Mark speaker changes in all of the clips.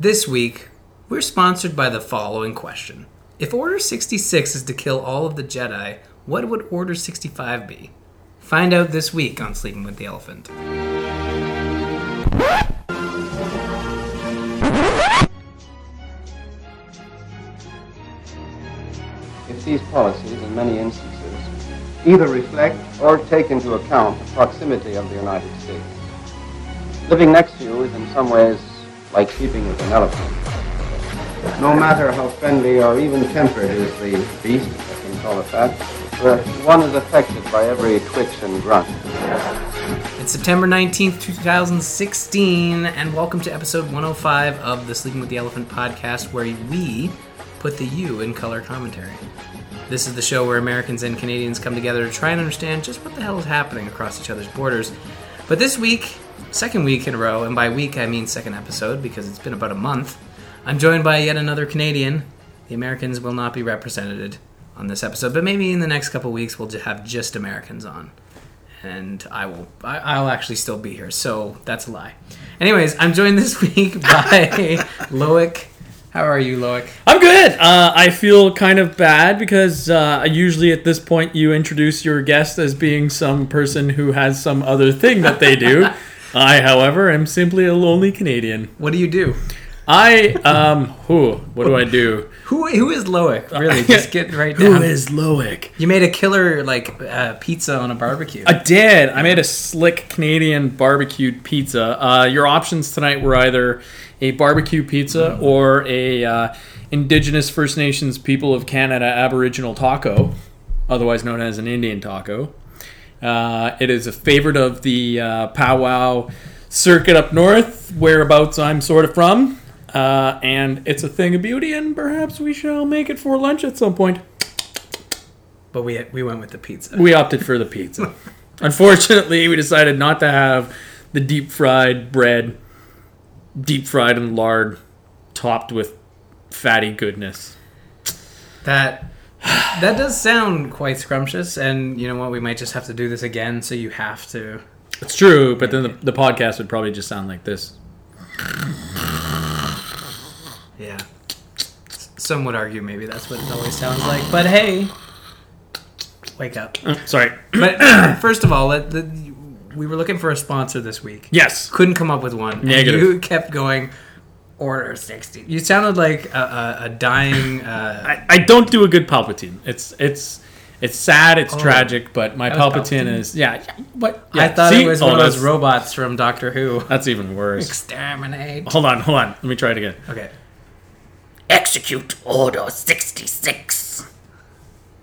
Speaker 1: This week, we're sponsored by the following question If Order 66 is to kill all of the Jedi, what would Order 65 be? Find out this week on Sleeping with the Elephant.
Speaker 2: if these policies, in many instances, either reflect or take into account the proximity of the United States. Living next to you is in some ways like sleeping with an elephant. No matter how friendly or even tempered is the beast, if I can call it that, where one is affected by every twitch and grunt.
Speaker 1: It's September 19th, 2016, and welcome to episode 105 of the Sleeping with the Elephant podcast, where we put the U in color commentary. This is the show where Americans and Canadians come together to try and understand just what the hell is happening across each other's borders. But this week, second week in a row, and by week I mean second episode because it's been about a month, I'm joined by yet another Canadian. The Americans will not be represented on this episode, but maybe in the next couple weeks we'll ju- have just Americans on and I will I, I'll actually still be here. So that's a lie. Anyways, I'm joined this week by Loic. How are you, Loic?
Speaker 3: I'm good. Uh, I feel kind of bad because uh, usually at this point you introduce your guest as being some person who has some other thing that they do. I, however, am simply a lonely Canadian.
Speaker 1: What do you do?
Speaker 3: I um, who? What do I do?
Speaker 1: Who who is Loic? Really, just get right down.
Speaker 3: Loic?
Speaker 1: You made a killer like uh, pizza on a barbecue.
Speaker 3: I did. I made a slick Canadian barbecued pizza. Uh, your options tonight were either a barbecue pizza or a uh, Indigenous First Nations people of Canada Aboriginal taco, otherwise known as an Indian taco. Uh, it is a favorite of the uh, powwow circuit up north, whereabouts I'm sort of from. Uh, and it's a thing of beauty, and perhaps we shall make it for lunch at some point.
Speaker 1: but we we went with the pizza.
Speaker 3: We opted for the pizza. Unfortunately, we decided not to have the deep fried bread, deep fried in lard, topped with fatty goodness.
Speaker 1: That that does sound quite scrumptious, and you know what? We might just have to do this again. So you have to.
Speaker 3: It's true, but then the, the podcast would probably just sound like this.
Speaker 1: Yeah. Some would argue maybe that's what it always sounds like. But hey, wake up.
Speaker 3: Sorry.
Speaker 1: But first of all, let, let, we were looking for a sponsor this week.
Speaker 3: Yes.
Speaker 1: Couldn't come up with one. And
Speaker 3: Negative.
Speaker 1: you kept going, order 60. You sounded like a, a, a dying. Uh,
Speaker 3: I, I don't do a good Palpatine. It's it's it's sad, it's
Speaker 1: Oh.
Speaker 3: tragic, but my
Speaker 1: That was
Speaker 3: Palpatine,
Speaker 1: Palpatine?
Speaker 3: is yeah. yeah, What
Speaker 1: I
Speaker 3: yeah,
Speaker 1: thought
Speaker 3: see?
Speaker 1: it was
Speaker 3: Oh,
Speaker 1: one of those
Speaker 3: that's-
Speaker 1: robots from Doctor Who.
Speaker 3: That's even worse.
Speaker 1: Exterminate.
Speaker 3: Hold on, hold on. Let me try it again.
Speaker 1: Okay.
Speaker 4: Execute Order 66.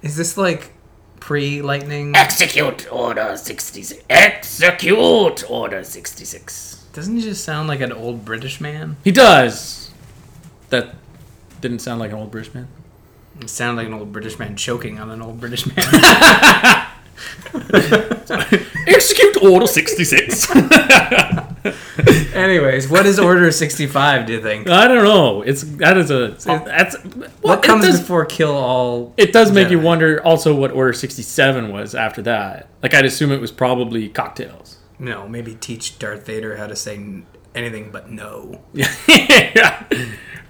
Speaker 1: Is this like pre lightning?
Speaker 3: Eh.
Speaker 4: Execute Order 66. Execute Order 66.
Speaker 1: Doesn't he just sound like an old British man?
Speaker 3: He does. That didn't sound like an old British man.
Speaker 1: It sounded like an old British man choking on an old British man.
Speaker 3: Execute Order 66. I
Speaker 1: Anyways, what is Order 65, do you think?
Speaker 3: don't know. It's that is a
Speaker 1: it-
Speaker 3: that's well,
Speaker 1: Oh. What comes
Speaker 3: it does,
Speaker 1: before kill all?
Speaker 3: it does make you
Speaker 1: Jedi?
Speaker 3: wonder also what Order 67 was after that. Like I'd assume it was probably cocktails.
Speaker 1: No, maybe teach Darth Vader how to say n- anything but no.
Speaker 3: yeah.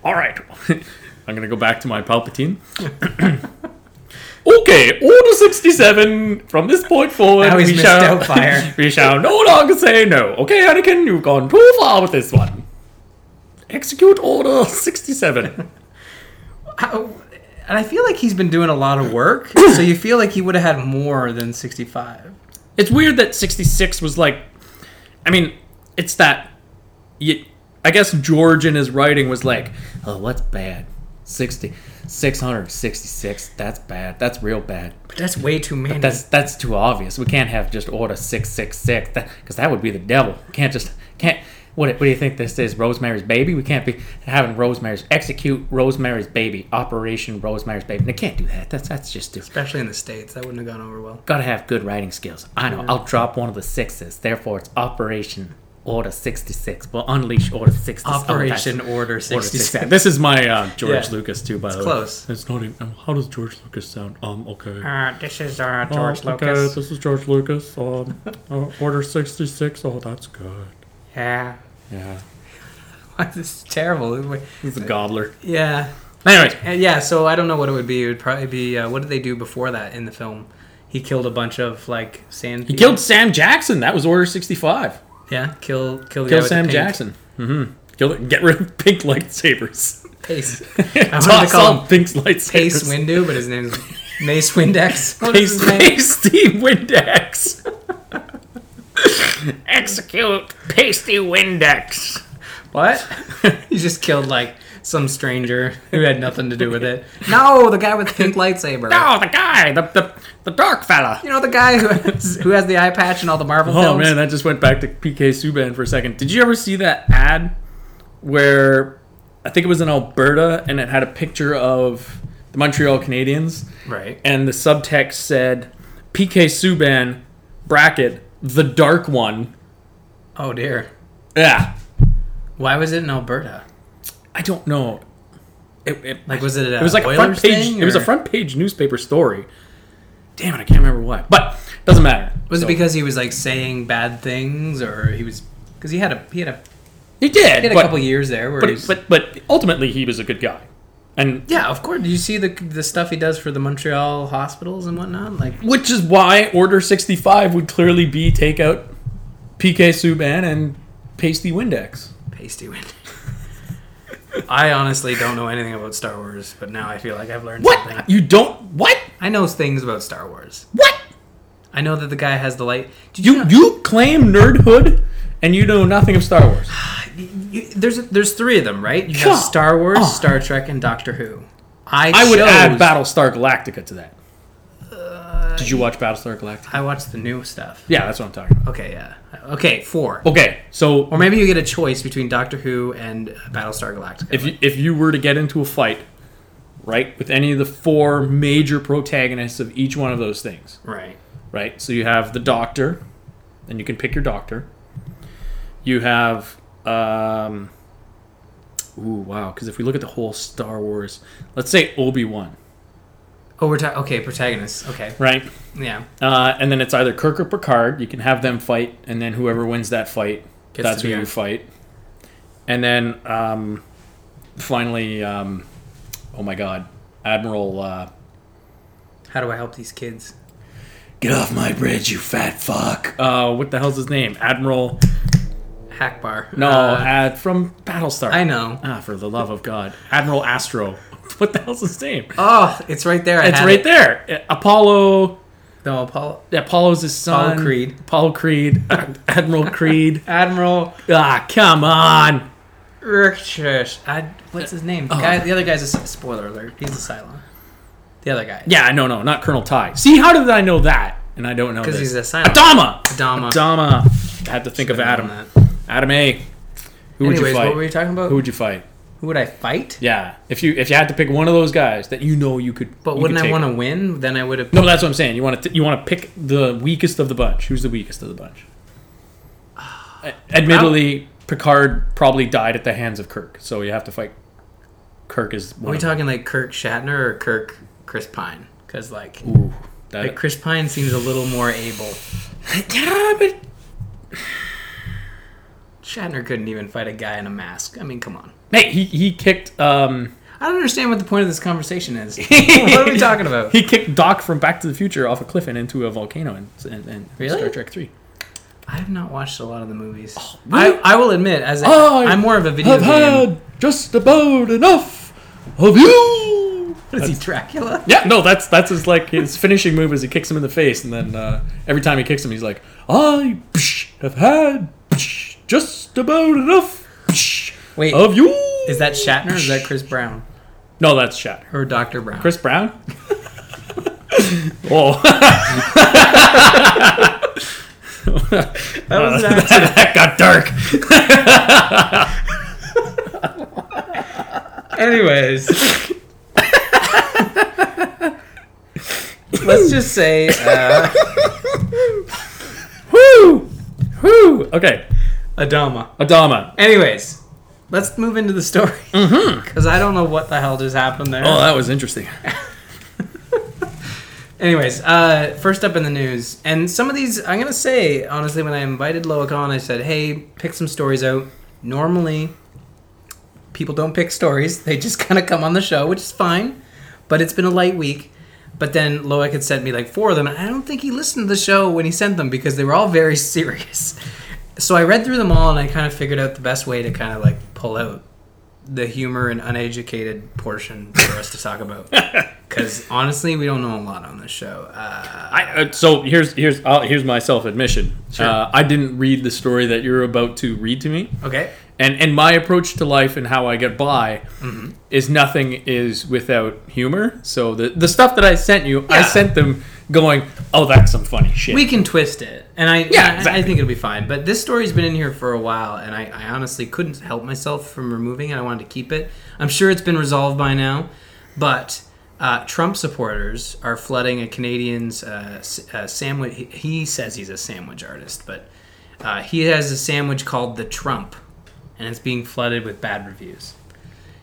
Speaker 3: All right. I'm going to go back to my Palpatine. okay, Order 67. From this point forward,
Speaker 1: Now he's
Speaker 3: we
Speaker 1: missed
Speaker 3: shall,
Speaker 1: out fire.
Speaker 3: we shall no longer say no. Okay, Anakin, you've gone too far with this one. Execute Order 67.
Speaker 1: How, and I feel like he's been doing a lot of work, so you feel like he would have had more than 65.
Speaker 3: it's weird that 66 was like. I mean, it's that. You, I guess George in his writing was like, oh, what's bad? 60. 666. That's bad. That's real bad.
Speaker 1: But that's way too many.
Speaker 3: That's that's too obvious. We can't have just order six six six because that would be the devil. We can't just can't. What, what do you think this is? Rosemary's Baby? We can't be having Rosemary's execute Rosemary's Baby Operation Rosemary's Baby. They can't do that. That's that's just stupid.
Speaker 1: Especially in the States, that wouldn't have gone over well.
Speaker 3: Gotta have good writing skills. I know. I'll drop one of the sixes. Therefore, it's Operation Order sixty six. We'll unleash Order Oh, sixty six.
Speaker 1: Operation Order 66.
Speaker 3: This is my uh, George
Speaker 1: Yeah.
Speaker 3: Lucas too. By the
Speaker 1: close.
Speaker 3: it's not even. How does George Lucas sound? Um, okay.
Speaker 1: Uh, this is uh, George
Speaker 5: Oh, okay,
Speaker 1: Lucas.
Speaker 5: this is George Lucas. Um, uh, order 66. Oh, that's good.
Speaker 1: Yeah.
Speaker 3: Yeah.
Speaker 1: this is terrible.
Speaker 3: He's a gobbler.
Speaker 1: Yeah.
Speaker 3: Anyways,
Speaker 1: And yeah, so I don't know what it would be. It would probably be uh, what did they do before that in the film? He killed a bunch of like sand.
Speaker 3: he killed Sam Jackson. That was Order 65.
Speaker 1: Yeah, kill kill the guy
Speaker 3: Kill
Speaker 1: with the
Speaker 3: Sam
Speaker 1: pink
Speaker 3: Jackson. Mm-hmm. Kill, get rid of pink lightsabers.
Speaker 1: Pace. I wanted to
Speaker 3: Toss
Speaker 1: call
Speaker 3: all
Speaker 1: him
Speaker 3: pink lightsabers.
Speaker 1: Pace Windu, but his name's Mace Windex. What is
Speaker 3: Pace,
Speaker 1: his name?
Speaker 3: Pace Team Windex.
Speaker 4: Execute Pasty Windex.
Speaker 1: What? he just killed like some stranger who had nothing to do with it. No, the guy with the pink lightsaber.
Speaker 4: Oh, the guy, the, the, the dark fella.
Speaker 1: You know the guy who has, who has the eye patch in all the Marvel
Speaker 3: Oh
Speaker 1: films.
Speaker 3: man, that just went back to PK Subban for a second. Did you ever see that ad where I think it was in Alberta and it had a picture of the Montreal Canadiens
Speaker 1: Right.
Speaker 3: and the subtext said PK Subban bracket the dark one.
Speaker 1: Oh dear.
Speaker 3: Yeah.
Speaker 1: Why was it in Alberta?
Speaker 3: I don't know. It, it,
Speaker 1: Like was it? A
Speaker 3: it was like a front
Speaker 1: Oilers
Speaker 3: page
Speaker 1: thing,
Speaker 3: it was a
Speaker 1: or-
Speaker 3: front page newspaper story. Damn it, I can't remember why. But doesn't matter.
Speaker 1: Was
Speaker 3: So-
Speaker 1: it because he was like saying bad things, or he was because he had a he had a
Speaker 3: he did?
Speaker 1: he had a
Speaker 3: but,
Speaker 1: couple years there where he
Speaker 3: but,
Speaker 1: was,
Speaker 3: but but ultimately he was a good guy. And
Speaker 1: yeah, of course. Do you see the the stuff he does for the Montreal hospitals and whatnot? Like
Speaker 3: Which is why Order 65 would clearly be take out PK Subban and pasty Windex.
Speaker 1: pasty wind. I honestly don't know anything about Star Wars, but now I feel like I've learned
Speaker 3: What?
Speaker 1: something.
Speaker 3: You don't what?
Speaker 1: I know things about Star Wars.
Speaker 3: What?
Speaker 1: I know that the guy has the light. Did
Speaker 3: You
Speaker 1: know-
Speaker 3: you claim nerdhood and you know nothing of Star Wars.
Speaker 1: you- there's there's three of them, right? You
Speaker 3: Come
Speaker 1: have Star Wars,
Speaker 3: on.
Speaker 1: Star Trek, and Doctor Who. I
Speaker 3: Oh. I would
Speaker 1: chose-
Speaker 3: add Battlestar Galactica to that. Did you watch Battlestar Galactica?
Speaker 1: I watched the new stuff.
Speaker 3: Yeah, that's what I'm talking about.
Speaker 1: Okay, yeah. Okay, four.
Speaker 3: Okay, so
Speaker 1: Or maybe you get a choice between Doctor Who and Battlestar Galactica.
Speaker 3: if you, if you were to get into a fight, right, with any of the four major protagonists of each one of those things,
Speaker 1: right.
Speaker 3: right? So you have the doctor, and you can pick your doctor. You have, um, ooh, wow, because if we look at the whole Star Wars, let's say Obi Wan,
Speaker 1: Oh, we're ta- okay. Protagonists. Okay.
Speaker 3: right?
Speaker 1: Yeah.
Speaker 3: Uh, and then it's either Kirk or Picard. You can have them fight, and then whoever wins that fight,
Speaker 1: Gets
Speaker 3: that's
Speaker 1: to
Speaker 3: who
Speaker 1: be
Speaker 3: you
Speaker 1: on.
Speaker 3: fight. And then um, finally, um, oh my God, Admiral, uh,
Speaker 1: How do I help these kids?
Speaker 3: get off my bridge, you fat fuck. Uh, what the hell's his name? Admiral?
Speaker 1: Hackbar.
Speaker 3: No,
Speaker 1: Uh,
Speaker 3: uh, from Battlestar.
Speaker 1: I know.
Speaker 3: Ah, for the love of God. Admiral Astro. What the hell's his name?
Speaker 1: Oh, it's right there. I
Speaker 3: it's
Speaker 1: had
Speaker 3: right
Speaker 1: it.
Speaker 3: there. Uh, Apollo.
Speaker 1: No, Apollo.
Speaker 3: Apollo's his son.
Speaker 1: Apollo Creed.
Speaker 3: Apollo Creed. Admiral Creed.
Speaker 1: Admiral
Speaker 3: Ah, come on.
Speaker 1: Richards. I, what's his name? The,
Speaker 3: Oh.
Speaker 1: guy, the other guy's a Cy- spoiler alert. He's a Cylon. The other guy.
Speaker 3: Yeah, no, no, not Colonel Ty. See, how did I know that? And I don't know
Speaker 1: Because
Speaker 3: this.
Speaker 1: he's a Cylon.
Speaker 3: Adama.
Speaker 1: Adama.
Speaker 3: Adama. I had to think of Adam.
Speaker 1: That.
Speaker 3: Adam A. Who would you
Speaker 1: Anyways,
Speaker 3: fight?
Speaker 1: what were you talking about?
Speaker 3: Who would you fight?
Speaker 1: Who would I fight?
Speaker 3: Yeah, if you if you had to pick one of those guys that you know you could.
Speaker 1: But
Speaker 3: you
Speaker 1: wouldn't
Speaker 3: could
Speaker 1: I
Speaker 3: take.
Speaker 1: want to win? Then I would have.
Speaker 3: No, but that's what I'm saying. You want to you want to pick the weakest of the bunch. Who's the weakest of the bunch? A- Admittedly, Picard probably died at the hands of Kirk, so you have to fight. Kirk is
Speaker 1: Are
Speaker 3: one.
Speaker 1: we
Speaker 3: of-
Speaker 1: talking like Kirk Shatner or Kirk Chris Pine? Because like.
Speaker 3: Ooh, that-
Speaker 1: Like Chris Pine seems a little more able.
Speaker 3: Yeah, but
Speaker 1: Shatner couldn't even fight a guy in a mask. I mean, come on.
Speaker 3: hey, he he kicked um
Speaker 1: I don't understand what the point of this conversation is. what are we talking about?
Speaker 3: he kicked Doc from Back to the Future off a cliff and into a volcano and and, and
Speaker 1: Really?
Speaker 3: Star Trek Three.
Speaker 1: I have not watched a lot of the movies.
Speaker 3: Oh, really? Oh,
Speaker 1: I, I will admit, as a,
Speaker 3: I
Speaker 1: I'm more of a video
Speaker 3: I've
Speaker 1: game.
Speaker 3: had just about enough of you.
Speaker 1: What is he, Dracula?
Speaker 3: Yeah, no, that's that's his like his finishing move is he kicks him in the face, and then uh, every time he kicks him, he's like, "I psh, have had psh, just about enough psh,
Speaker 1: Wait,
Speaker 3: of you."
Speaker 1: is that Shatner? Or is that Chris Brown
Speaker 3: no? That's Shatner.
Speaker 1: or Doctor Brown?
Speaker 3: Chris Brown. Oh. Whoa.
Speaker 1: that was an accident.
Speaker 3: that got dark.
Speaker 1: Anyways. Let's just say uh,
Speaker 3: Whoo, whoo. Okay,
Speaker 1: Adama.
Speaker 3: Adama.
Speaker 1: Anyways, let's move into the story because I don't know what the hell just happened there.
Speaker 3: Oh, that was interesting.
Speaker 1: Anyways, uh, first up in the news, and some of these I'm gonna say honestly, when I invited Loic on, I said, "Hey, pick some stories out." Normally, People don't pick stories; they just kind of come on the show, which is fine. But it's been a light week. But then Loic had sent me like four of them, and I don't think he listened to the show when he sent them because they were all very serious. So I read through them all, and I kind of figured out the best way to kind of like pull out the humor and uneducated portion for us to talk about. Because honestly, we don't know a lot on this show. Uh,
Speaker 3: I, uh, so here's here's uh, here's my self admission. Uh, I didn't read the story that you're about to read to me,
Speaker 1: okay,
Speaker 3: and and my approach to life and how I get by
Speaker 1: Mm-hmm.
Speaker 3: is nothing is without humor. So the the stuff that I sent you, I
Speaker 1: Yeah.
Speaker 3: sent them going, oh, that's some funny shit.
Speaker 1: we can twist it, and I
Speaker 3: Yeah,
Speaker 1: I- I,
Speaker 3: exactly.
Speaker 1: think it'll be fine. But this story's been in here for a while, and I, I honestly couldn't help myself from removing it. I wanted to keep it. I'm sure it's been resolved by now, but. Uh, Trump supporters are flooding a Canadian's uh, s- uh, sandwich. He, he says he's a sandwich artist, but uh, he has a sandwich called the Trump, and it's being flooded with bad reviews.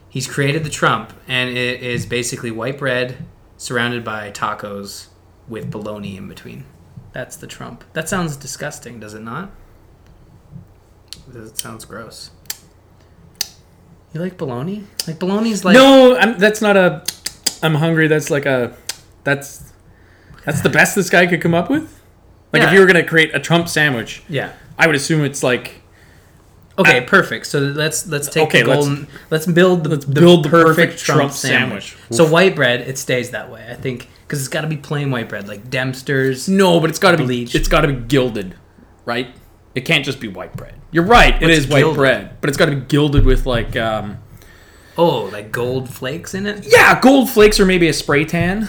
Speaker 1: he's created the Trump, and it is basically white bread surrounded by tacos with bologna in between. That's the Trump. That sounds disgusting, does it not? That sounds gross. You like bologna? Like bologna's like
Speaker 3: no, I'm, that's not a. I'm hungry. That's like a. That's that's the best this guy could come up with. Like if
Speaker 1: Yeah.
Speaker 3: you were gonna create a Trump sandwich,
Speaker 1: yeah.
Speaker 3: I would assume it's like
Speaker 1: Okay, perfect. So let's let's take
Speaker 3: Okay,
Speaker 1: the
Speaker 3: let's-
Speaker 1: golden. Let's, build the
Speaker 3: let's
Speaker 1: the
Speaker 3: build the perfect Trump sandwich.
Speaker 1: So white bread, it stays that way, I think, because it's got to be plain white bread, like Dempster's.
Speaker 3: no, but it's got to be
Speaker 1: Bleached.
Speaker 3: it's got to be gilded, right? It can't just be white bread. You're right.
Speaker 1: What's
Speaker 3: it is white
Speaker 1: gilded?
Speaker 3: bread, but it's got to be gilded with like um,
Speaker 1: Oh, like gold flakes in it.
Speaker 3: yeah, gold flakes or maybe a spray tan.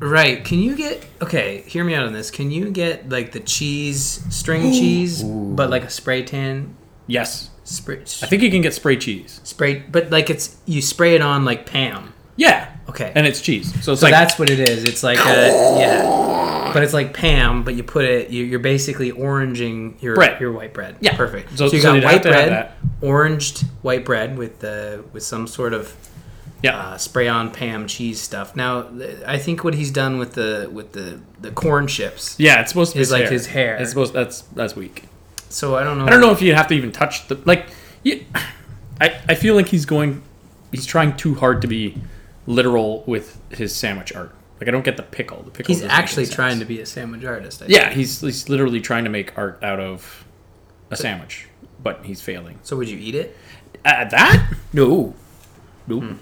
Speaker 1: Right. Can you get okay, hear me out on this. Can you get like the cheese string cheese but like a spray tan
Speaker 3: Yes,
Speaker 1: spray
Speaker 3: I think you can get spray cheese.
Speaker 1: spray but like it's you spray it on like Pam.
Speaker 3: Yeah,
Speaker 1: Okay.
Speaker 3: and it's cheese, so it's
Speaker 1: so
Speaker 3: like
Speaker 1: that's what it is. It's like a yeah. But it's like Pam, but you put it you, you're basically oranging your
Speaker 3: Bread.
Speaker 1: your white bread.
Speaker 3: Yeah.
Speaker 1: Perfect.
Speaker 3: So-
Speaker 1: So, you
Speaker 3: so
Speaker 1: got
Speaker 3: you'd have
Speaker 1: white
Speaker 3: to have
Speaker 1: bread,
Speaker 3: that.
Speaker 1: oranged white bread with the with some sort of
Speaker 3: yeah.
Speaker 1: uh, spray on Pam cheese stuff. Now, th- I think what he's done with the with the the corn chips.
Speaker 3: yeah, it's supposed to be
Speaker 1: is like
Speaker 3: hair.
Speaker 1: his hair.
Speaker 3: It's supposed that's that's weak.
Speaker 1: So I don't know.
Speaker 3: I don't know if you'd have to even touch the like. You, I I feel like he's going, he's trying too hard to be literal with his sandwich art. Like I don't get the pickle. The pickle.
Speaker 1: He's
Speaker 3: doesn't make any
Speaker 1: actually
Speaker 3: sense.
Speaker 1: trying to be a sandwich artist. I think.
Speaker 3: Yeah, he's he's literally trying to make art out of a sandwich, but he's failing.
Speaker 1: So would you eat it?
Speaker 3: Uh, that no, no,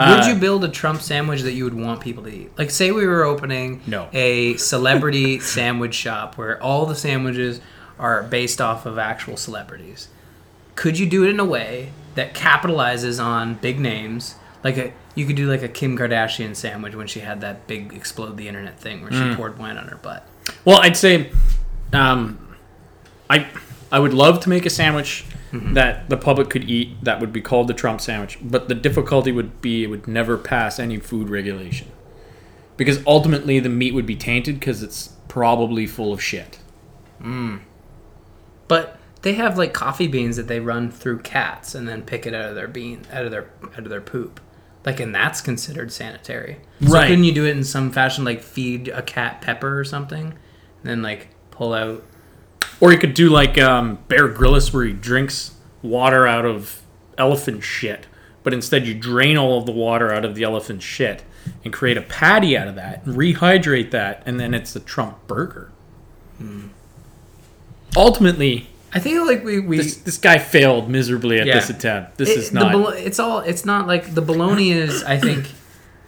Speaker 1: would you build a Trump sandwich that you would want people to eat? Like, say we were opening
Speaker 3: No.
Speaker 1: a celebrity sandwich shop where all the sandwiches are based off of actual celebrities. Could you do it in a way that capitalizes on big names? Like a, you could do like a Kim Kardashian sandwich when she had that big explode the internet thing where she poured wine on her butt.
Speaker 3: Well, I'd say, um, I I would love to make a sandwich that the public could eat that would be called the Trump sandwich, but the difficulty would be it would never pass any food regulation because ultimately the meat would be tainted because it's probably full of shit.
Speaker 1: But they have like coffee beans that they run through cats and then pick it out of their bean out of their out of their poop. Like and that's considered sanitary. So
Speaker 3: Right.
Speaker 1: couldn't you do it in some fashion like feed a cat pepper or something? And then like pull out
Speaker 3: Or you could do like um, Bear Grylls where he drinks water out of elephant shit, but instead you drain all of the water out of the elephant shit and create a patty out of that, and rehydrate that, and then it's the Trump burger.
Speaker 1: Hmm.
Speaker 3: Ultimately,
Speaker 1: I think like we, we
Speaker 3: this, this guy failed miserably at
Speaker 1: Yeah.
Speaker 3: this attempt. This
Speaker 1: It-
Speaker 3: is
Speaker 1: the
Speaker 3: not.
Speaker 1: bolo- it's all. It's not like the bologna is. I think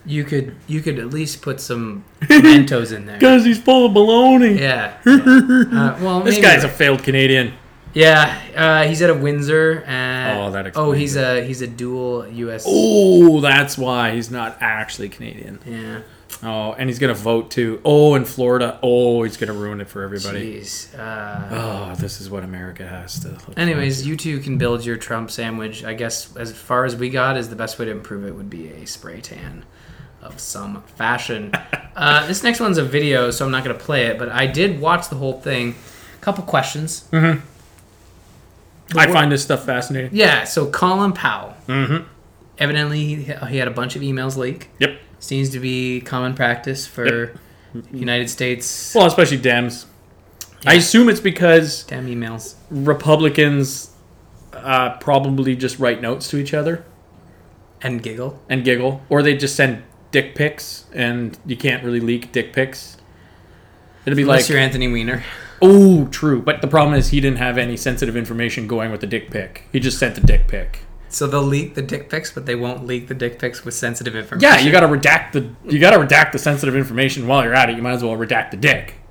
Speaker 1: you could you could at least put some Mentos in there.
Speaker 3: Guys, he's full of baloney.
Speaker 1: Yeah. yeah. Uh, well,
Speaker 3: This
Speaker 1: maybe
Speaker 3: guy's a failed Canadian.
Speaker 1: yeah. Uh, he's at a Windsor. And,
Speaker 3: Oh, that
Speaker 1: Oh, he's
Speaker 3: explains
Speaker 1: a he's a dual U.S.
Speaker 3: Oh, that's why he's not actually Canadian.
Speaker 1: Yeah.
Speaker 3: Oh, and he's gonna vote too. Oh, in Florida. Oh, he's gonna ruin it for everybody.
Speaker 1: Jeez. Uh,
Speaker 3: Oh, this is what America has to. Look
Speaker 1: anyways, you two can build your Trump sandwich. I guess as far as we got is the best way to improve it would be a spray tan of some fashion. uh, this next one's a video, so I'm not going to play it, but I did watch the whole thing. couple questions.
Speaker 3: for. I find this stuff fascinating.
Speaker 1: Yeah, so Colin Powell. Mm-hmm. Evidently, he, he had a bunch of emails leak.
Speaker 3: Yep.
Speaker 1: Seems to be common practice for United States
Speaker 3: Well, especially Dems. I assume it's because
Speaker 1: damn emails.
Speaker 3: Republicans uh, probably just write notes to each other
Speaker 1: and giggle.
Speaker 3: and giggle, or they just send dick pics, and you can't really leak dick pics. It'd be
Speaker 1: Unless
Speaker 3: like,
Speaker 1: you're Anthony Weiner.
Speaker 3: oh, true. But the problem is, he didn't have any sensitive information going with the dick pic. He just sent the dick pic.
Speaker 1: So they'll leak the dick pics, but they won't leak the dick pics with sensitive information.
Speaker 3: Yeah, you gotta redact the you gotta redact the sensitive information while you're at it. You might as well redact the dick.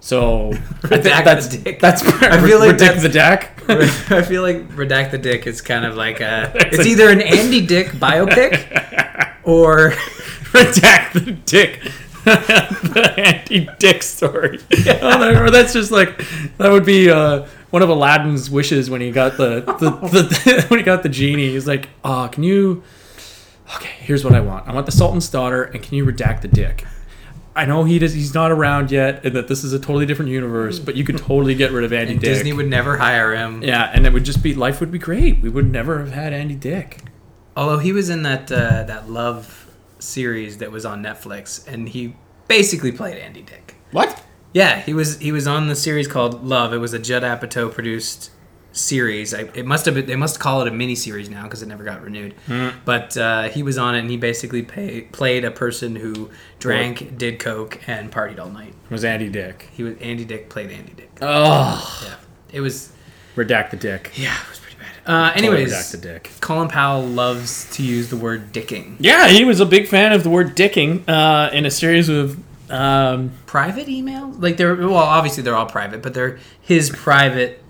Speaker 3: So I think
Speaker 1: Redact
Speaker 3: that's
Speaker 1: the dick.
Speaker 3: that's
Speaker 1: I feel like
Speaker 3: redact the deck.
Speaker 1: I feel like redact the dick is kind of like a. It's either an Andy Dick biopic or
Speaker 3: redact the dick. the anti dick story. Oh, no, or that's just like that would be uh, one of Aladdin's wishes when he got the, the, the when he got the genie. He's like, "Ah, can you? Okay, here's what I want. I want the Sultan's daughter, and can you redact the dick? I know he does. He's not around yet, and that this is a totally different universe. But you could totally get rid of Andy Dick.
Speaker 1: Disney would never hire him.
Speaker 3: yeah, and it would just be life would be great. We would never have had Andy Dick.
Speaker 1: Although he was in that uh, that love series that was on Netflix, and he basically played Andy Dick.
Speaker 3: What?
Speaker 1: Yeah, he was he was on the series called Love. It was a Judd Apatow produced series. I, it must have been, they must call it a mini series now because it never got renewed. But uh, he was on it, and he basically pay, played a person who drank, did coke, and partied all night.
Speaker 3: It was Andy Dick?
Speaker 1: He was Andy Dick played Andy Dick.
Speaker 3: Oh,
Speaker 1: Yeah, it was
Speaker 3: redact the dick.
Speaker 1: yeah, it was pretty bad. Uh,
Speaker 3: Totally
Speaker 1: anyways,
Speaker 3: redact the dick.
Speaker 1: Colin Powell loves to use the word dicking.
Speaker 3: Yeah, he was a big fan of the word dicking uh, in a series of. Um,
Speaker 1: Private emails, like they're well, obviously they're all private, but they're his private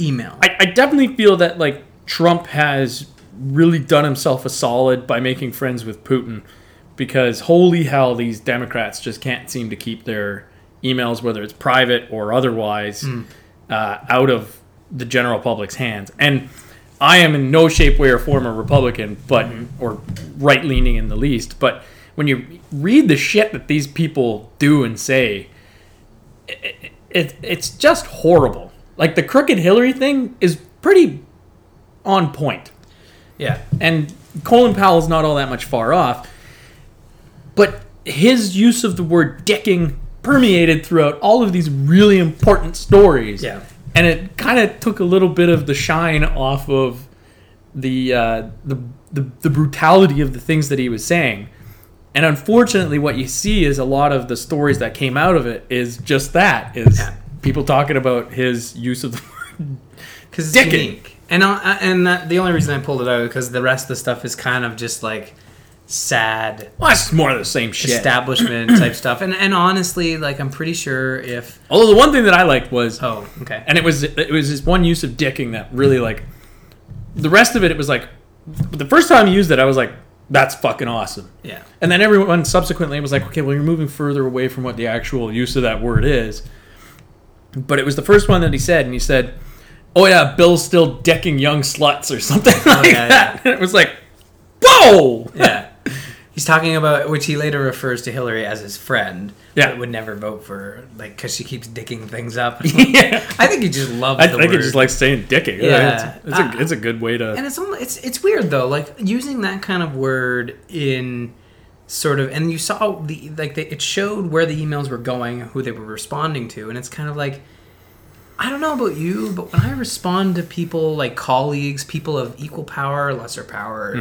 Speaker 1: email.
Speaker 3: I, I definitely feel that like Trump has really done himself a solid by making friends with Putin because holy hell, these Democrats just can't seem to keep their emails, whether it's private or otherwise, uh, out of the general public's hands. And I am in no shape, way, or form a Republican, but or right leaning in the least. But when you read the shit that these people do and say, it, it's just horrible. Like the crooked Hillary thing is pretty on point,
Speaker 1: yeah,
Speaker 3: and Colin Powell's not all that much far off. But his use of the word "dicking" permeated throughout all of these really important stories.
Speaker 1: Yeah.
Speaker 3: and it kind of took a little bit of the shine off of the, uh, the the the brutality of the things that he was saying. And unfortunately, what you see is a lot of the stories that came out of it is just that is people talking about his use of the word.
Speaker 1: because it's
Speaker 3: Dicking.
Speaker 1: unique. And I, and that, the only reason I pulled it out because the rest of the stuff is kind of just like sad
Speaker 3: Well, it's more of the same shit.
Speaker 1: establishment type stuff. And and honestly, like I'm pretty sure if
Speaker 3: Although the one thing that I liked was,
Speaker 1: oh okay
Speaker 3: and it was it was this one use of dicking that really like. The rest of it, it was like, the first time you used it, I was like, "That's fucking awesome."
Speaker 1: yeah
Speaker 3: And then everyone subsequently was like, okay, well, you're moving further away from what the actual use of that word is. But it was the first one that he said, and he said, oh, yeah, Bill's still decking young sluts or something like
Speaker 1: Oh, yeah,
Speaker 3: that.
Speaker 1: yeah.
Speaker 3: And it was like, whoa!
Speaker 1: yeah. He's talking about which he later refers to Hillary as his friend.
Speaker 3: Yeah.
Speaker 1: that would never vote for her, like because she keeps dicking things up.
Speaker 3: yeah.
Speaker 1: I think he just loves.
Speaker 3: I
Speaker 1: the
Speaker 3: think it
Speaker 1: word.
Speaker 3: just like saying dicking.
Speaker 1: Yeah. Ah.
Speaker 3: It's, it's, a, it's a good way to.
Speaker 1: and it's almost, it's it's weird though like using that kind of word in sort of and you saw the like the, it showed where the emails were going who they were responding to and it's kind of like i don't know about you but when i respond to people like colleagues people of equal power lesser power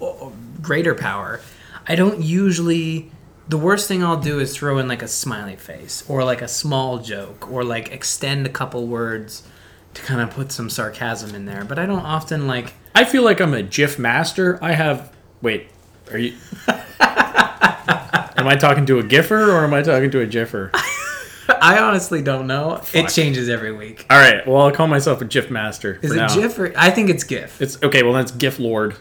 Speaker 1: o- o- greater power i don't usually the worst thing i'll do is throw in like a smiley face or like a small joke or like extend a couple words to kind of put some sarcasm in there but i don't often like
Speaker 3: I feel like I'm a GIF master. I have. Wait, are you? am I talking to a GIFer or am I talking to a GIFer?
Speaker 1: I honestly don't know. It
Speaker 3: Fuck.
Speaker 1: changes every week.
Speaker 3: All right. Well, I'll call myself a GIF master.
Speaker 1: Is
Speaker 3: for
Speaker 1: it
Speaker 3: now.
Speaker 1: GIF or I think it's GIF.
Speaker 3: It's okay. Well, that's GIF Lord.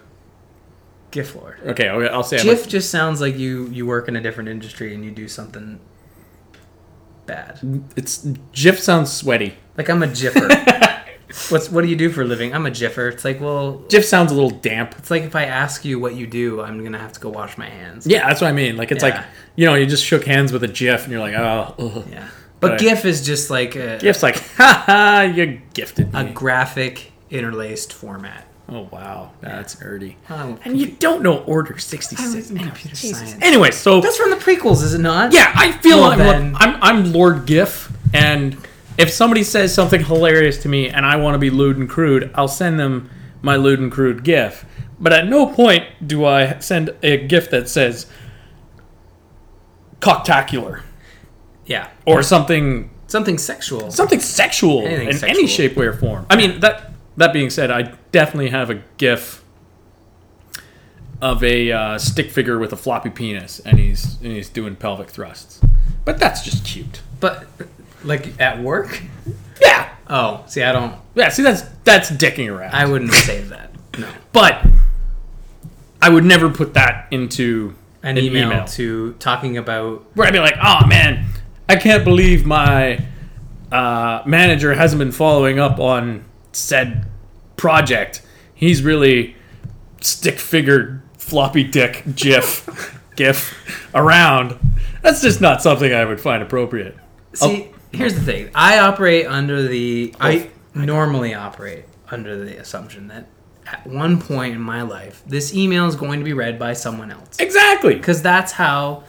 Speaker 1: GIF Lord.
Speaker 3: Okay, okay, I'll say I'm
Speaker 1: GIF just sounds like you you work in a different industry and you do something bad.
Speaker 3: a- it's GIF sounds sweaty.
Speaker 1: Like I'm a GIFer. What's what do you do for a living? I'm a GIFer. It's like well,
Speaker 3: GIF sounds a little damp.
Speaker 1: it's like if I ask you what you do, I'm gonna have to go wash my hands.
Speaker 3: Yeah, that's what I mean. Like it's
Speaker 1: Yeah.
Speaker 3: like you know, you just shook hands with a GIF, and you're like, oh, ugh.
Speaker 1: Yeah. But
Speaker 3: Right.
Speaker 1: GIF is just like a,
Speaker 3: GIF's like, ha ha, you gifted me.
Speaker 1: a graphic interlaced format.
Speaker 3: oh wow, that's nerdy.
Speaker 1: Oh,
Speaker 3: And you don't know Order sixty
Speaker 1: I
Speaker 3: six.
Speaker 1: was in computer science.
Speaker 3: Anyway, so
Speaker 1: That's from the prequels, is it not?
Speaker 3: yeah, I feel
Speaker 1: Well,
Speaker 3: I'm,
Speaker 1: then-
Speaker 3: I'm I'm Lord GIF, and If somebody says something hilarious to me and I want to be lewd and crude, I'll send them my lewd and crude GIF. But at no point do I send a GIF that says cocktacular
Speaker 1: Yeah.
Speaker 3: or something
Speaker 1: Something sexual.
Speaker 3: something sexual
Speaker 1: Anything
Speaker 3: in
Speaker 1: sexual.
Speaker 3: any shape, way, or form. I mean that. That being said, I definitely have a GIF of a uh, stick figure with a floppy penis, and he's and he's doing pelvic thrusts. But that's just cute.
Speaker 1: but like at work?
Speaker 3: Yeah,
Speaker 1: Oh, see, I don't.
Speaker 3: yeah. See, that's that's dicking around.
Speaker 1: I wouldn't save that. No.
Speaker 3: but I would never put that into
Speaker 1: An, email,
Speaker 3: email.
Speaker 1: to talking about
Speaker 3: where I'd be like, oh man, I can't believe my uh, manager hasn't been following up on said project. He's really stick figured floppy dick gif gif around. That's just not something I would find appropriate.
Speaker 1: See, here's the thing. I operate under the. Oh. I normally operate under the assumption that at one point in my life, this email is going to be read by someone else.
Speaker 3: Exactly.
Speaker 1: Because that's how.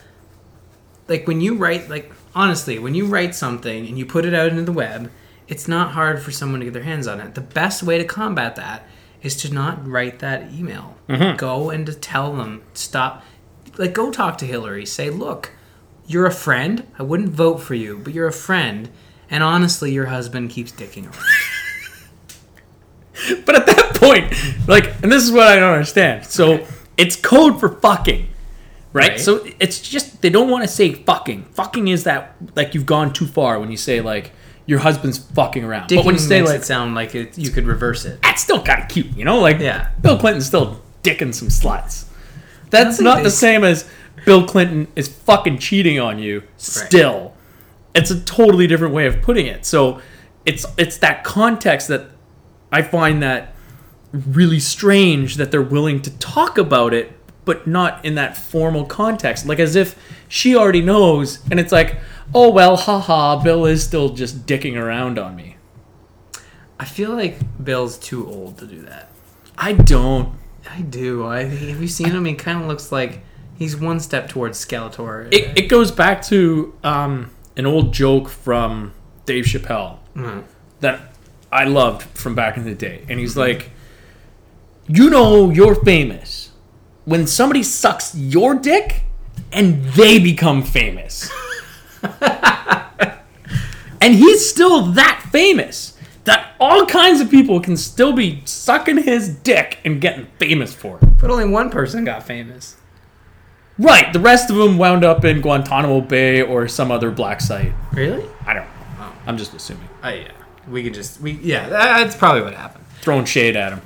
Speaker 1: Like, when you write, like, honestly, when you write something and you put it out into the web, it's not hard for someone to get their hands on it. The best way to combat that is to not write that email. Go and to tell them, stop. Like, go talk to Hillary. Say, look, you're a friend. I wouldn't vote for you, but you're a friend. And honestly, your husband keeps dicking around.
Speaker 3: But at that point, like, and this is what I don't understand. So it's code for fucking, right?
Speaker 1: Right.
Speaker 3: So it's just they don't want to say fucking. Fucking is that like you've gone too far when you say like your husband's fucking around.
Speaker 1: Dicking
Speaker 3: but when you say
Speaker 1: makes
Speaker 3: like
Speaker 1: it sound like it, you could reverse it.
Speaker 3: that's still kind of cute, you know? Like
Speaker 1: Yeah.
Speaker 3: Bill Clinton's still dicking some sluts. That's
Speaker 1: think
Speaker 3: not
Speaker 1: they-
Speaker 3: the same as Bill Clinton is fucking cheating on you still. It's a totally different way of putting it. So it's it's that context that I find that really strange that they're willing to talk about it but not in that formal context like as if she already knows and it's like oh well haha bill is still just dicking around on me
Speaker 1: I feel like Bill's too old to do that.
Speaker 3: i don't
Speaker 1: I do. I have you seen him? He kind of looks like he's one step towards Skeletor.
Speaker 3: it, it goes back to um, an old joke from Dave Chappelle that I loved from back in the day. And he's like, You know, you're famous when somebody sucks your dick and they become famous. and he's still that famous that all kinds of people can still be sucking his dick and getting famous for it.
Speaker 1: but only one person got famous.
Speaker 3: Right. The rest of them wound up in Guantanamo Bay or some other black site.
Speaker 1: Really?
Speaker 3: I don't know. I'm just assuming.
Speaker 1: Oh yeah. We could just we yeah. That's probably what happened.
Speaker 3: Throwing shade at him.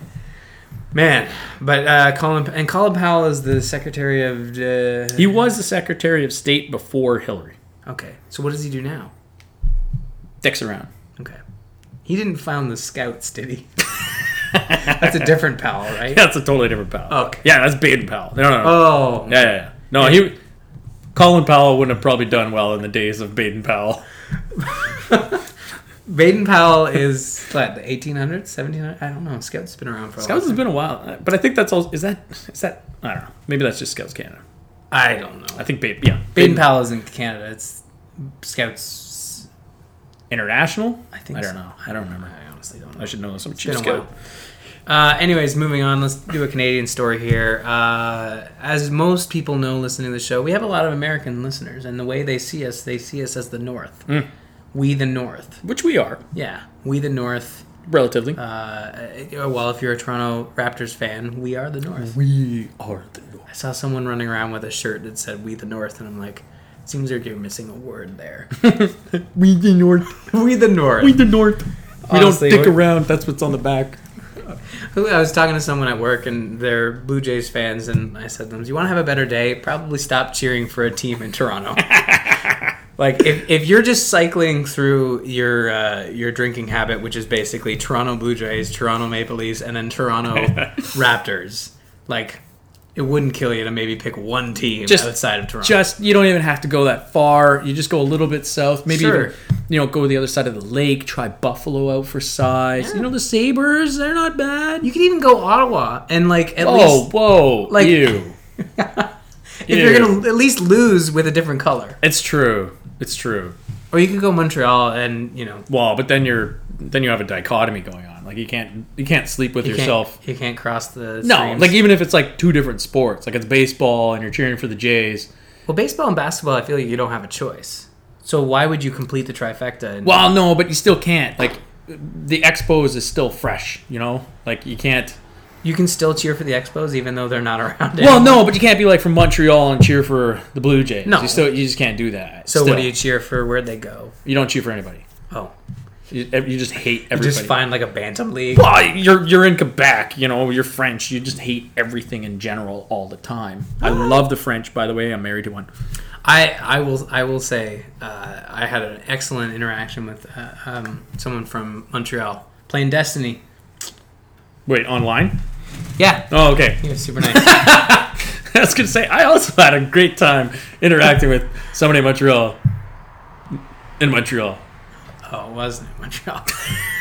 Speaker 1: Man, but uh, Colin and Colin Powell is the Secretary of. Uh,
Speaker 3: He was the Secretary of State before Hillary.
Speaker 1: okay, so what does he do now?
Speaker 3: Dicks around.
Speaker 1: Okay, he didn't found the Scouts, did he? that's a different Powell, right?
Speaker 3: That's a totally different Powell.
Speaker 1: Okay.
Speaker 3: Yeah, that's Baden Powell. No, no, no.
Speaker 1: Oh,
Speaker 3: yeah, yeah, yeah. No, he. Colin Powell wouldn't have probably done well in the days of Baden Powell.
Speaker 1: Baden Powell is what the 1800s, 1700s. I don't know. Scouts has been around for a
Speaker 3: Scouts
Speaker 1: long
Speaker 3: has been a while, but I think that's all. Is that is that? I don't know. Maybe that's just Scouts Canada.
Speaker 1: I don't know.
Speaker 3: I think Baden. Yeah,
Speaker 1: Baden Powell is in Canada. It's Scouts.
Speaker 3: International.
Speaker 1: I think.
Speaker 3: I don't
Speaker 1: so.
Speaker 3: know. I don't remember.
Speaker 1: I honestly don't know.
Speaker 3: I should know this. I'm a
Speaker 1: Been a
Speaker 3: cheapskate.
Speaker 1: while. Uh, anyways, moving on. Let's do a Canadian story here. Uh, as most people know, listening to the show, we have a lot of American listeners, and the way they see us, they see us as the North. We the North.
Speaker 3: which we are
Speaker 1: Yeah, we the North.
Speaker 3: relatively.
Speaker 1: Uh, well, if you're a Toronto Raptors fan, we are the North.
Speaker 3: we are the
Speaker 1: I saw someone running around with a shirt that said "We the North," and I'm like, seems like you're missing a word there.
Speaker 3: We the North.
Speaker 1: we the North.
Speaker 3: the North. We
Speaker 1: Honestly,
Speaker 3: don't dick
Speaker 1: we're-
Speaker 3: around. That's what's on the back.
Speaker 1: Who- I was talking to someone at work, and they're Blue Jays fans, and I said to them, "Do you want to have a better day? Probably stop cheering for a team in Toronto." like, if, if you're just cycling through your uh, your drinking habit, which is basically Toronto Blue Jays, Toronto Maple Leafs, and then Toronto Raptors, like it wouldn't kill you to maybe pick one team
Speaker 3: Just-
Speaker 1: outside of Toronto.
Speaker 3: Just you don't even have to go that far. You just go a little bit south. Maybe
Speaker 1: Sure.
Speaker 3: even, you know go to the other side of the lake. Try Buffalo out for size. You know the Sabers. They're not bad.
Speaker 1: you could even go Ottawa, and like at
Speaker 3: oh
Speaker 1: least
Speaker 3: whoa!
Speaker 1: like-
Speaker 3: you.
Speaker 1: if you're
Speaker 3: ew.
Speaker 1: gonna at least lose with a different color.
Speaker 3: It's true. It's true.
Speaker 1: Or you could go Montreal and you know
Speaker 3: Well, but then you're then you have a dichotomy going on. Like you can't you can't sleep with
Speaker 1: you can't-
Speaker 3: yourself.
Speaker 1: You can't cross the
Speaker 3: No,
Speaker 1: streams.
Speaker 3: like even if it's like two different sports, like it's baseball and you're cheering for the Jays.
Speaker 1: well, baseball and basketball. I feel like you don't have a choice. So why would you complete the trifecta? And,
Speaker 3: Well, no, but you still can't. Like the Expos is still fresh, you know. Like you can't.
Speaker 1: you can still cheer for the Expos even though they're not around.
Speaker 3: Well,
Speaker 1: anymore.
Speaker 3: no, but you can't be like from Montreal and cheer for the Blue Jays.
Speaker 1: No.
Speaker 3: you still you just can't do that.
Speaker 1: So
Speaker 3: Still.
Speaker 1: what do you cheer for? Where'd they go?
Speaker 3: You don't cheer for anybody.
Speaker 1: Oh,
Speaker 3: You, you just hate everybody.
Speaker 1: just find like a bantam league.
Speaker 3: Well, you're you're in Quebec, you know, you're French. You just hate everything in general all the time.
Speaker 1: Ah.
Speaker 3: I love the French, by the way. I'm married to one.
Speaker 1: I, I will I will say uh, I had an excellent interaction with uh, um, someone from Montreal playing Destiny.
Speaker 3: Wait, online?
Speaker 1: Yeah,
Speaker 3: Oh, okay.
Speaker 1: he was super nice.
Speaker 3: I was gonna say I also had a great time interacting with somebody in Montreal. In Montreal,
Speaker 1: oh, it was in Montreal.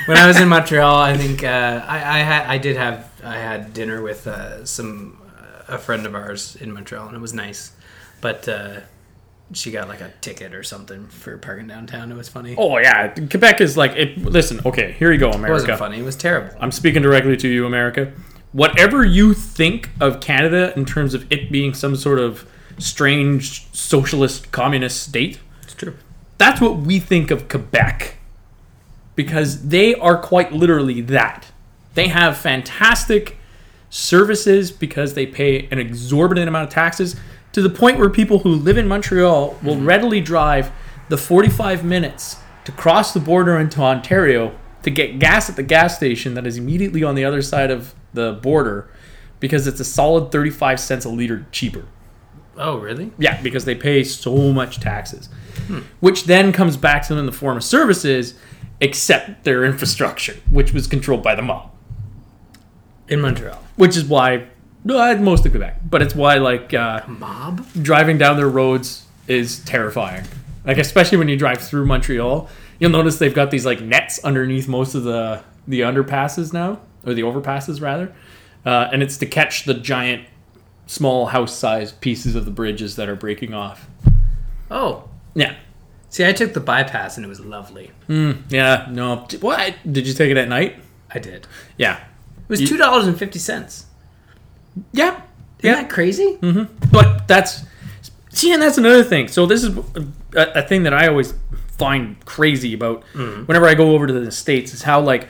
Speaker 1: when I was in Montreal, I think uh, I I, had, I did have I had dinner with uh, some uh, a friend of ours in Montreal, and it was nice, but. Uh, she got like a ticket or something for parking downtown. It was funny.
Speaker 3: Oh yeah, Quebec is like it. Listen, okay, here you go, America.
Speaker 1: it wasn't funny. It was terrible.
Speaker 3: I'm speaking directly to you, America. Whatever you think of Canada in terms of it being some sort of strange socialist communist state,
Speaker 1: It's true.
Speaker 3: that's what we think of Quebec because they are quite literally that. They have fantastic services because they pay an exorbitant amount of taxes to the point where people who live in Montreal will readily drive the 45 minutes to cross the border into Ontario to get gas at the gas station that is immediately on the other side of the border because it's a solid 35 cents a liter cheaper.
Speaker 1: Oh, really?
Speaker 3: Yeah, because they pay so much taxes, which then comes back to them in the form of services, except their infrastructure, which was controlled by the mob,
Speaker 1: In Montreal.
Speaker 3: which is why uh, most of Quebec, but it's why like uh,
Speaker 1: Mob?
Speaker 3: driving down their roads is terrifying. Like especially when you drive through Montreal, you'll notice they've got these like nets underneath most of the the underpasses now, or the overpasses rather, uh, and it's to catch the giant, small house-sized pieces of the bridges that are breaking off.
Speaker 1: Oh.
Speaker 3: Yeah,
Speaker 1: See, I took the bypass and it was lovely.
Speaker 3: Yeah, no. D- What? Did you take it at night?
Speaker 1: I did. It
Speaker 3: Yeah.
Speaker 1: was
Speaker 3: You-
Speaker 1: two dollars and fifty cents.
Speaker 3: Yeah.
Speaker 1: Isn't that crazy?
Speaker 3: But that's see, and that's another thing. So this is a, a thing that I always find crazy about
Speaker 1: Mm-hmm.
Speaker 3: whenever I go over to the states is how like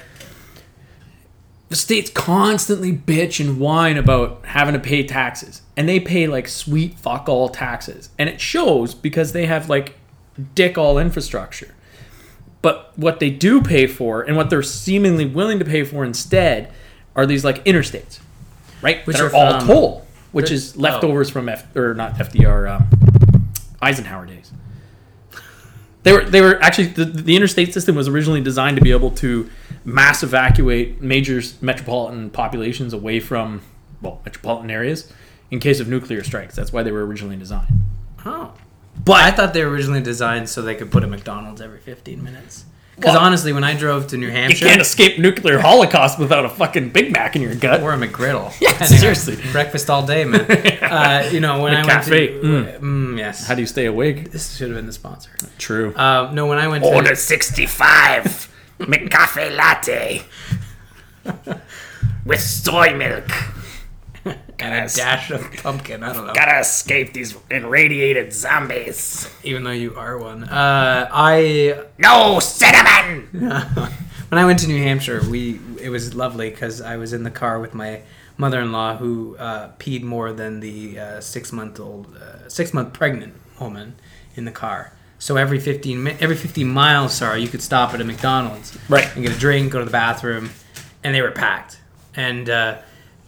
Speaker 3: the states constantly bitch and whine about having to pay taxes, and they pay like sweet fuck all taxes, and it shows because they have like dick all infrastructure. But what they do pay for, and what they're seemingly willing to pay for instead, are these like interstates, right? Which
Speaker 1: are
Speaker 3: are, all
Speaker 1: from-
Speaker 3: toll, which
Speaker 1: they're-
Speaker 3: is leftovers from F or not FDR, um, Eisenhower days. They were they were actually the, the interstate system was originally designed to be able to mass evacuate major s- metropolitan populations away from well metropolitan areas in case of nuclear strikes. That's why they were originally designed.
Speaker 1: Oh. But I thought they were originally designed so they could put a McDonald's every fifteen minutes. Because
Speaker 3: Well-
Speaker 1: honestly, when I drove to New
Speaker 3: You
Speaker 1: Hampshire
Speaker 3: can't escape nuclear holocaust without a fucking Big Mac in your gut.
Speaker 1: or a McGriddle,
Speaker 3: Yeah, seriously.
Speaker 1: breakfast all day, man. uh, you know when I
Speaker 3: McCafe.
Speaker 1: went to mm, yes,
Speaker 3: How do you stay awake?
Speaker 1: this should have been the sponsor.
Speaker 3: True.
Speaker 1: Uh, no, when I went to
Speaker 4: Order 65. McCafe latte. With soy milk.
Speaker 1: and a dash of pumpkin, I don't know.
Speaker 4: Gotta escape these irradiated zombies.
Speaker 1: Even though you are one, uh, I
Speaker 4: No cinnamon!
Speaker 1: when I went to New Hampshire, we it was lovely because I was in the car with my mother-in-law who uh, peed more than the uh, six-month-old, uh, six-month pregnant woman in the car. So every fifteen mi- every fifteen miles, sorry, you could stop at a McDonald's,
Speaker 3: Right.
Speaker 1: and get a drink, go to the bathroom, and they were packed. And uh,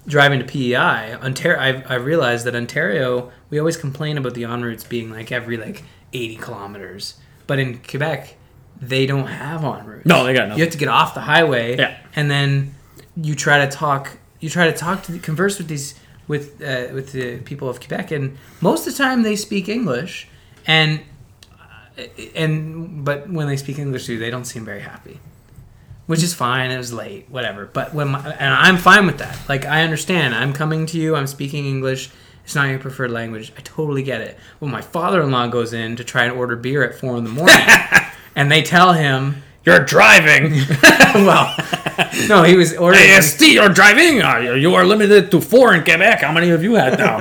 Speaker 1: driving to PEI, Ontario, I, I realized that Ontario, we always complain about the en routes being like every like eighty kilometers, but in Quebec, they don't have en routes.
Speaker 3: No, they got nothing.
Speaker 1: You have to get off the highway,
Speaker 3: Yeah.
Speaker 1: and then you try to talk. You try to talk to converse with these with uh, with the people of Quebec, and most of the time they speak English, and uh, and but when they speak English to you, they don't seem very happy, which is fine. It was late, whatever. But when my, and I'm fine with that. Like I understand. I'm coming to you. I'm speaking English. It's not your preferred language. I totally get it. When my father-in-law goes in to try and order beer at four in the morning, and they tell him,
Speaker 3: You're driving.
Speaker 1: well, no, he was ordering.
Speaker 3: AST, you're driving. Uh, you- You are limited to four in Quebec. How many have you had now?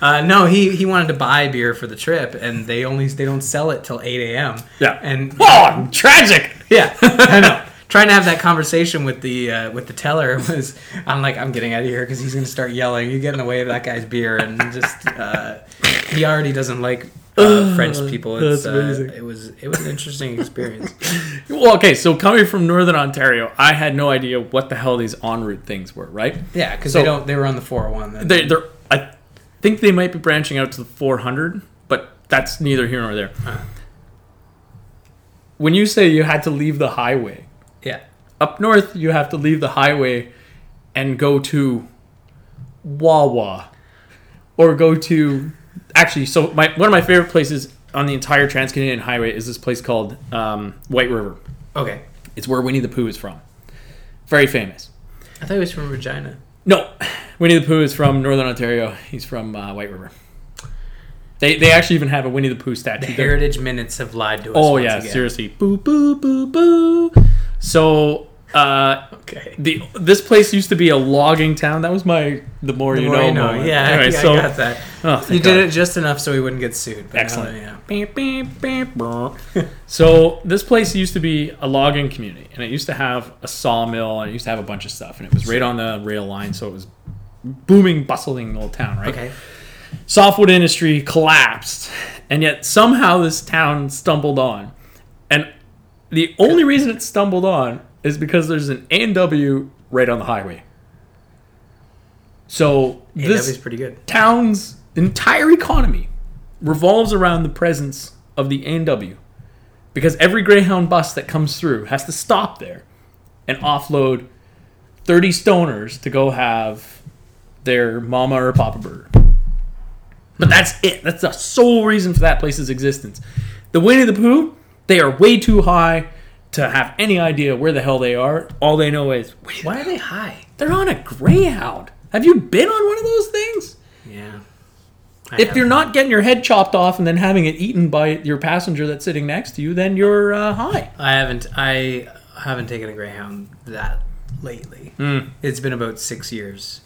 Speaker 1: Uh, no, he, he wanted to buy beer for the trip, and they only they don't sell it till eight a.m.
Speaker 3: Yeah.
Speaker 1: and
Speaker 3: oh, tragic.
Speaker 1: yeah, I know. Trying to have that conversation with the uh, with the teller was, I'm like, I'm getting out of here because he's gonna start yelling. You get in the way of that guy's beer, and just uh, he already doesn't like uh, French people. It's,
Speaker 3: That's
Speaker 1: Uh,
Speaker 3: amazing.
Speaker 1: it was it was an interesting experience.
Speaker 3: Well, okay, so coming from Northern Ontario, I had no idea what the hell these en route things were, right?
Speaker 1: Yeah, because
Speaker 3: So-
Speaker 1: they don't they were on the 401. Then.
Speaker 3: They, they're, I think they might be branching out to the 400, but that's neither here nor there. When you say you had to leave the highway,
Speaker 1: yeah,
Speaker 3: up north you have to leave the highway and go to Wawa or go to actually so my one of my favorite places on the entire Trans-Canadian Highway is this place called um, White River.
Speaker 1: okay.
Speaker 3: It's where Winnie the Pooh is from. Very famous.
Speaker 1: I thought he was from Regina.
Speaker 3: No, Winnie the Pooh is from Northern Ontario. He's from uh, White River. They, they actually even have a Winnie the Pooh statue.
Speaker 1: The
Speaker 3: there.
Speaker 1: Heritage Minutes have lied to us.
Speaker 3: Oh
Speaker 1: once
Speaker 3: yeah,
Speaker 1: again.
Speaker 3: seriously. Boo boo boo boo. So uh,
Speaker 1: Okay.
Speaker 3: the this place used to be a logging town. That was my the more you know.
Speaker 1: Well, you know,
Speaker 3: moment.
Speaker 1: yeah,
Speaker 3: Anyway,
Speaker 1: I,
Speaker 3: so
Speaker 1: I got that.
Speaker 3: Oh, thank
Speaker 1: you
Speaker 3: God.
Speaker 1: did it just enough so we wouldn't get sued. but now,
Speaker 3: Excellent.
Speaker 1: yeah.
Speaker 3: Beep, beep, beep, brr. so this place used to be a logging community, and it used to have a sawmill, and it used to have a bunch of stuff, and it was right on the rail line, so it was booming, bustling little town, right?
Speaker 1: Okay.
Speaker 3: softwood industry collapsed, and yet somehow this town stumbled on. And the only reason it stumbled on is because there's an A&W right on the highway. So
Speaker 1: This is
Speaker 3: this
Speaker 1: pretty good.
Speaker 3: town's entire economy revolves around the presence of the A&W because every Greyhound bus that comes through has to stop there and offload 30 stoners to go have their mama or papa burger. But that's it. That's the sole reason for that place's existence. The Winnie the Pooh, they are way too high to have any idea where the hell they are. All they know is "Winnie the
Speaker 1: Why are they high?
Speaker 3: they're on a Greyhound. Have you been on one of those things?
Speaker 1: Yeah.
Speaker 3: If you're not getting your head chopped off and then having it eaten by your passenger that's sitting next to you, then you're uh, high.
Speaker 1: I haven't. I haven't taken a Greyhound that lately. It's been about six years,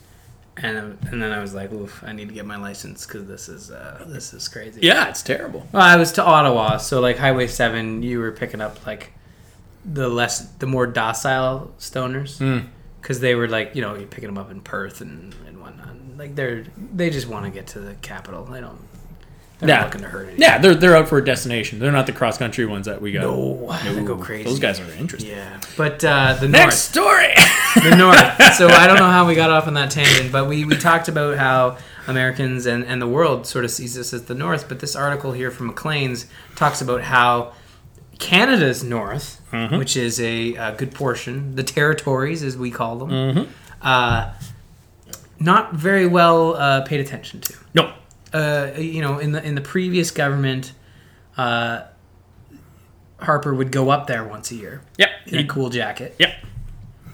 Speaker 1: and and then I was like, oof, I need to get my license because this is uh, this is crazy.
Speaker 3: Yeah, it's terrible.
Speaker 1: Well, I was to Ottawa, so like Highway Seven, you were picking up like the less, the more docile stoners,
Speaker 3: Hmm.
Speaker 1: because they were like, you know, you're picking them up in Perth and, and whatnot. Like they're they just want to get to the capital. They don't. They're
Speaker 3: Yeah.
Speaker 1: not looking to hurt anyone.
Speaker 3: Yeah, they're they're out for a destination. They're not the cross country ones that we got.
Speaker 1: No, they go crazy.
Speaker 3: Those guys are interesting.
Speaker 1: Yeah, but uh, the
Speaker 3: Next
Speaker 1: north,
Speaker 3: story.
Speaker 1: the north. So I don't know how we got off on that tangent, but we, we talked about how Americans and, and the world sort of sees this as the north. But this article here from Maclean's talks about how Canada's north, which is a, uh good portion, the territories as we call them, uh, not very well uh, paid attention to
Speaker 3: no,
Speaker 1: uh, you know, in the in the previous government, uh, Harper would go up there once a year
Speaker 3: yep,
Speaker 1: in a cool jacket,
Speaker 3: yep.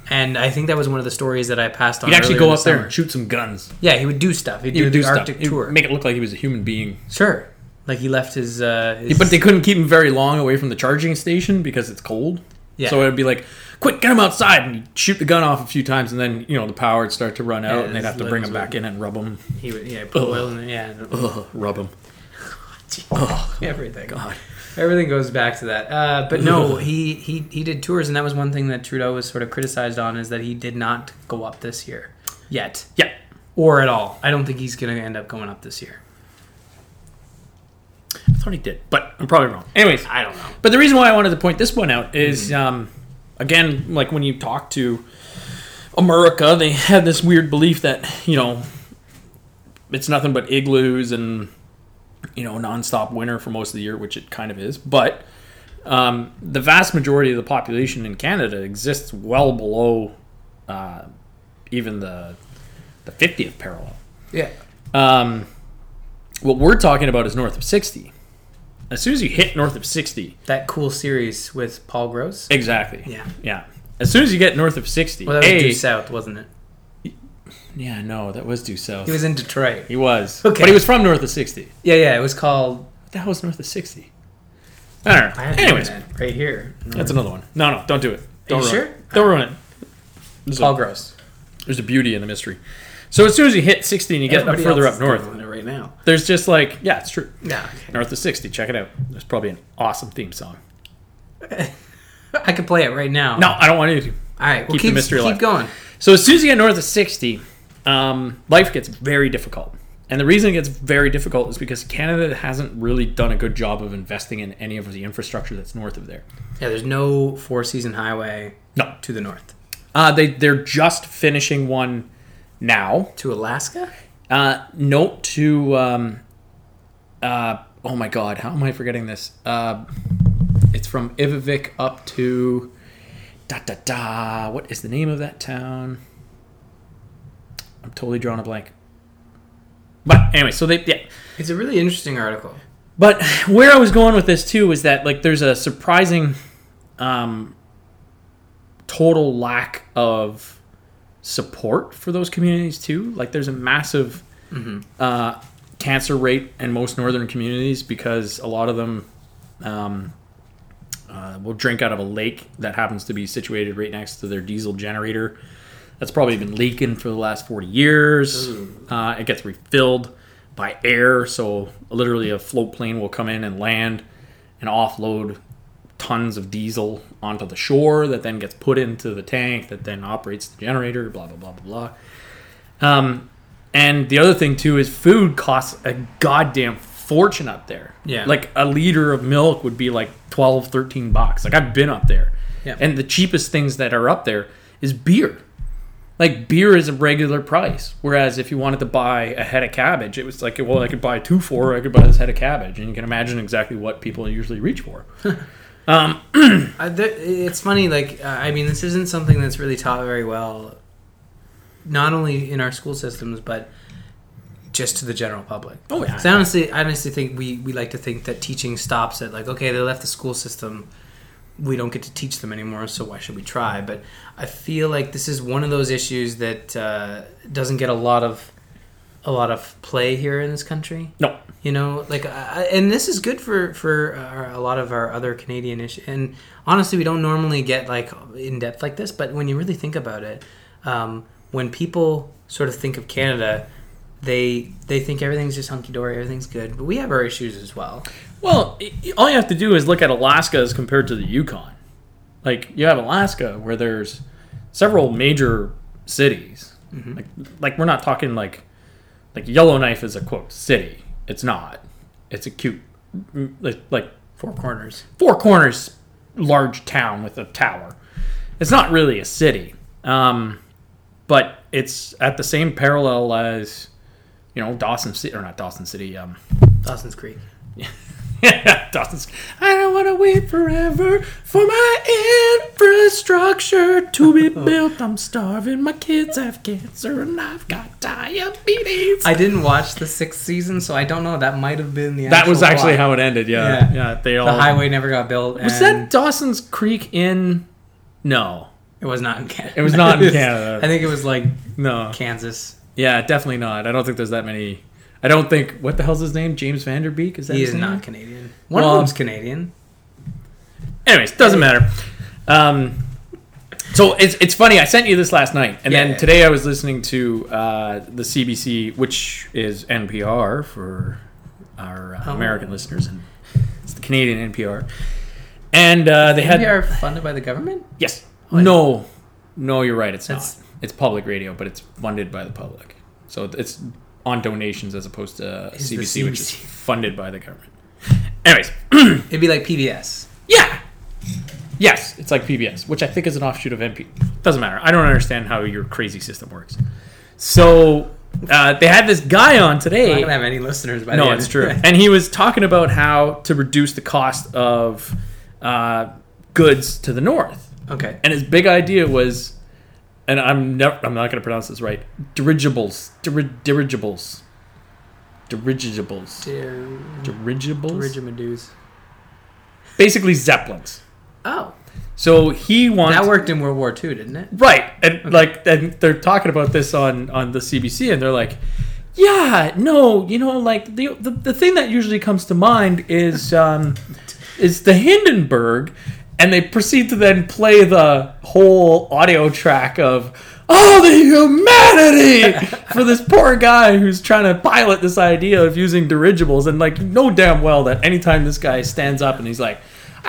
Speaker 1: and I think that was one of the stories that I passed on.
Speaker 3: He'd actually
Speaker 1: earlier
Speaker 3: go up
Speaker 1: this
Speaker 3: there
Speaker 1: summer.
Speaker 3: and shoot some guns.
Speaker 1: Yeah, he would do stuff. He'd
Speaker 3: He
Speaker 1: do
Speaker 3: would
Speaker 1: the
Speaker 3: do stuff.
Speaker 1: Arctic
Speaker 3: He would
Speaker 1: tour.
Speaker 3: Make it look like he was a human being.
Speaker 1: sure, like he left his. Uh, his
Speaker 3: But they couldn't keep him very long away from the charging station because it's cold.
Speaker 1: Yeah.
Speaker 3: So it'd be like, quick, get him outside and you'd shoot the gun off a few times, and then you know the power would start to run out,
Speaker 1: Yeah,
Speaker 3: and they'd
Speaker 1: his
Speaker 3: have to bring
Speaker 1: limbs
Speaker 3: him back in and rub him,
Speaker 1: he would yeah put oil in it, yeah and-
Speaker 3: rub him.
Speaker 1: everything. Everything goes back to that. Uh, but no, he, he he did tours, and that was one thing that Trudeau was sort of criticized on is that he did not go up this year yet.
Speaker 3: Yeah.
Speaker 1: or at all. I don't think he's going to end up going up this year.
Speaker 3: I thought he did, but I'm probably wrong. Anyways,
Speaker 1: I don't know.
Speaker 3: But the reason why I wanted to point this one out is, um, again, like when you talk to America, they had this weird belief that you know it's nothing but igloos and you know nonstop winter for most of the year, which it kind of is. But um, the vast majority of the population in Canada exists well below uh, even the the 50th parallel.
Speaker 1: Yeah.
Speaker 3: Um, what we're talking about is north of 60. As soon as you hit north of 60,
Speaker 1: That cool series with Paul Gross.
Speaker 3: Exactly.
Speaker 1: Yeah.
Speaker 3: Yeah. As soon as you get north of 60,
Speaker 1: Well, that was
Speaker 3: A-
Speaker 1: due south, wasn't it?
Speaker 3: yeah, no, that was due south.
Speaker 1: He was in Detroit.
Speaker 3: He was.
Speaker 1: Okay.
Speaker 3: But he was from north of 60.
Speaker 1: Yeah, yeah. It was called.
Speaker 3: What the hell was north of 60? I don't know.
Speaker 1: I have
Speaker 3: Anyways,
Speaker 1: that right here.
Speaker 3: that's another one. No, no, don't do it. Don't
Speaker 1: you
Speaker 3: ruin
Speaker 1: sure?
Speaker 3: it. Don't ruin it. There's
Speaker 1: Paul
Speaker 3: a,
Speaker 1: Gross.
Speaker 3: there's a beauty in the mystery. So as soon as you hit 60 and you get up
Speaker 1: Everybody
Speaker 3: further
Speaker 1: else
Speaker 3: up
Speaker 1: is
Speaker 3: north,
Speaker 1: Googling it right now.
Speaker 3: there's just like, yeah, it's true.
Speaker 1: Yeah.
Speaker 3: North of 60, check it out. There's probably an awesome theme song.
Speaker 1: I can play it right now.
Speaker 3: No, I don't want you to.
Speaker 1: All right. Well,
Speaker 3: Keep
Speaker 1: keep,
Speaker 3: the mystery
Speaker 1: keep
Speaker 3: alive.
Speaker 1: going.
Speaker 3: So as soon as you get north of 60, um, life gets very difficult. And the reason it gets very difficult is because Canada hasn't really done a good job of investing in any of the infrastructure that's north of there.
Speaker 1: Yeah, there's no four season highway
Speaker 3: No.
Speaker 1: to the north.
Speaker 3: Uh, they, they're just finishing one now.
Speaker 1: To Alaska?
Speaker 3: Uh, note to, um, uh, oh my God, how am I forgetting this? Uh, it's from Ivavik up to, da da da, what is the name of that town? I'm totally drawing a blank. But anyway, so they, yeah,
Speaker 1: It's a really interesting article.
Speaker 3: but where I was going with this too was that like there's a surprising um, total lack of support for those communities too. Like there's a massive uh, cancer rate in most northern communities because a lot of them um, uh, will drink out of a lake that happens to be situated right next to their diesel generator. That's probably been leaking for the last 40 years. Uh, it gets refilled by air, so literally a float plane will come in and land and offload tons of diesel onto the shore that then gets put into the tank that then operates the generator, blah, blah, blah, blah, blah. Um, and the other thing, too, is food costs a goddamn fortune up there.
Speaker 1: Yeah.
Speaker 3: Like a liter of milk would be like 12, 13 bucks. Like I've been up there.
Speaker 1: Yeah.
Speaker 3: And the cheapest things that are up there is beer like beer is a regular price whereas if you wanted to buy a head of cabbage it was like well i could buy two for or i could buy this head of cabbage and you can imagine exactly what people usually reach for
Speaker 1: I, th- it's funny, like, uh, I mean, this isn't something that's really taught very well, not only in our school systems, but just to the general public.
Speaker 3: Oh, yeah.
Speaker 1: So I honestly, I honestly think we, we like to think that teaching stops at, like, okay, they left the school system. We don't get to teach them anymore, so why should we try? But I feel like this is one of those issues that uh, doesn't get a lot of a lot of play here in this country
Speaker 3: no
Speaker 1: you know like I, I- and this is good for for uh, a lot of our other canadian ish and honestly we don't normally get like in depth like this but when you really think about it um, when people sort of think of canada they they think everything's just hunky-dory everything's good but we have our issues as well
Speaker 3: well i i- all you have to do is look at alaska as compared to the yukon like you have alaska where there's several major cities like, like we're not talking like like yellowknife is a quote city it's not it's a cute mm, like, like
Speaker 1: four corners
Speaker 3: four corners large town with a tower. It's not really a city, um, but it's at the same parallel as you know Dawson City or not Dawson City. Um,
Speaker 1: dawson's creek
Speaker 3: Dawson's. I don't want to wait forever for my infrastructure to be built. I'm starving. My kids have cancer, and I've got diabetes.
Speaker 1: i didn't watch the sixth season so i don't know that might have been the
Speaker 3: that was
Speaker 1: actual
Speaker 3: actually
Speaker 1: plot.
Speaker 3: how it ended. Yeah, yeah.
Speaker 1: Yeah.
Speaker 3: they all.
Speaker 1: the highway never got built
Speaker 3: was that Dawson's Creek in? No,
Speaker 1: it was not in canada
Speaker 3: It was not in Canada.
Speaker 1: i think it was like
Speaker 3: no.
Speaker 1: kansas
Speaker 3: Yeah, definitely not. I don't think there's that many. I don't think what the hell's his name? James Vanderbeek is that?
Speaker 1: he
Speaker 3: his
Speaker 1: is
Speaker 3: name?
Speaker 1: not canadian one
Speaker 3: Well,
Speaker 1: of them's canadian
Speaker 3: Anyways, doesn't matter. Um, so it's it's funny. I sent you this last night, and
Speaker 1: Yeah,
Speaker 3: then
Speaker 1: yeah.
Speaker 3: today I was listening to uh, the CBC, which is NPR for our uh,
Speaker 1: Oh.
Speaker 3: American listeners, and it's the Canadian NPR. And uh, they had
Speaker 1: Maybe are funded by the government?
Speaker 3: yes,
Speaker 1: Like-
Speaker 3: no, no, you're right. It's
Speaker 1: That's-
Speaker 3: not. It's public radio, but it's funded by the public, so it's on donations as opposed to uh,
Speaker 1: Is the
Speaker 3: CBC, which is
Speaker 1: CBC.
Speaker 3: funded by the government. Anyways,
Speaker 1: It'd be like PBS.
Speaker 3: yeah, yes, it's like PBS, which I think is an offshoot of MP. Doesn't matter. I don't understand how your crazy system works. So uh, they had this guy on
Speaker 1: I'm not
Speaker 3: today.
Speaker 1: gonna have any listeners by the
Speaker 3: No,
Speaker 1: end.
Speaker 3: it's true. and he was talking about how to reduce the cost of uh, goods to the north.
Speaker 1: okay.
Speaker 3: And his big idea was, and I'm never, I'm not going to pronounce this right. Dirigibles, Diri- dirigibles, dirigibles,
Speaker 1: Uh,
Speaker 3: dirigibles.
Speaker 1: Dirigimadoos.
Speaker 3: Basically zeppelins.
Speaker 1: Oh,
Speaker 3: So he wants
Speaker 1: that worked in World War II, didn't it?
Speaker 3: right, and like, and they're talking about this on on the CBC, and they're like, yeah, no, you know, like the the, the thing that usually comes to mind is. Um, is the Hindenburg, and they proceed to then play the whole audio track of all the humanity for this poor guy who's trying to pilot this idea of using dirigibles, and like you know damn well that anytime this guy stands up and he's like.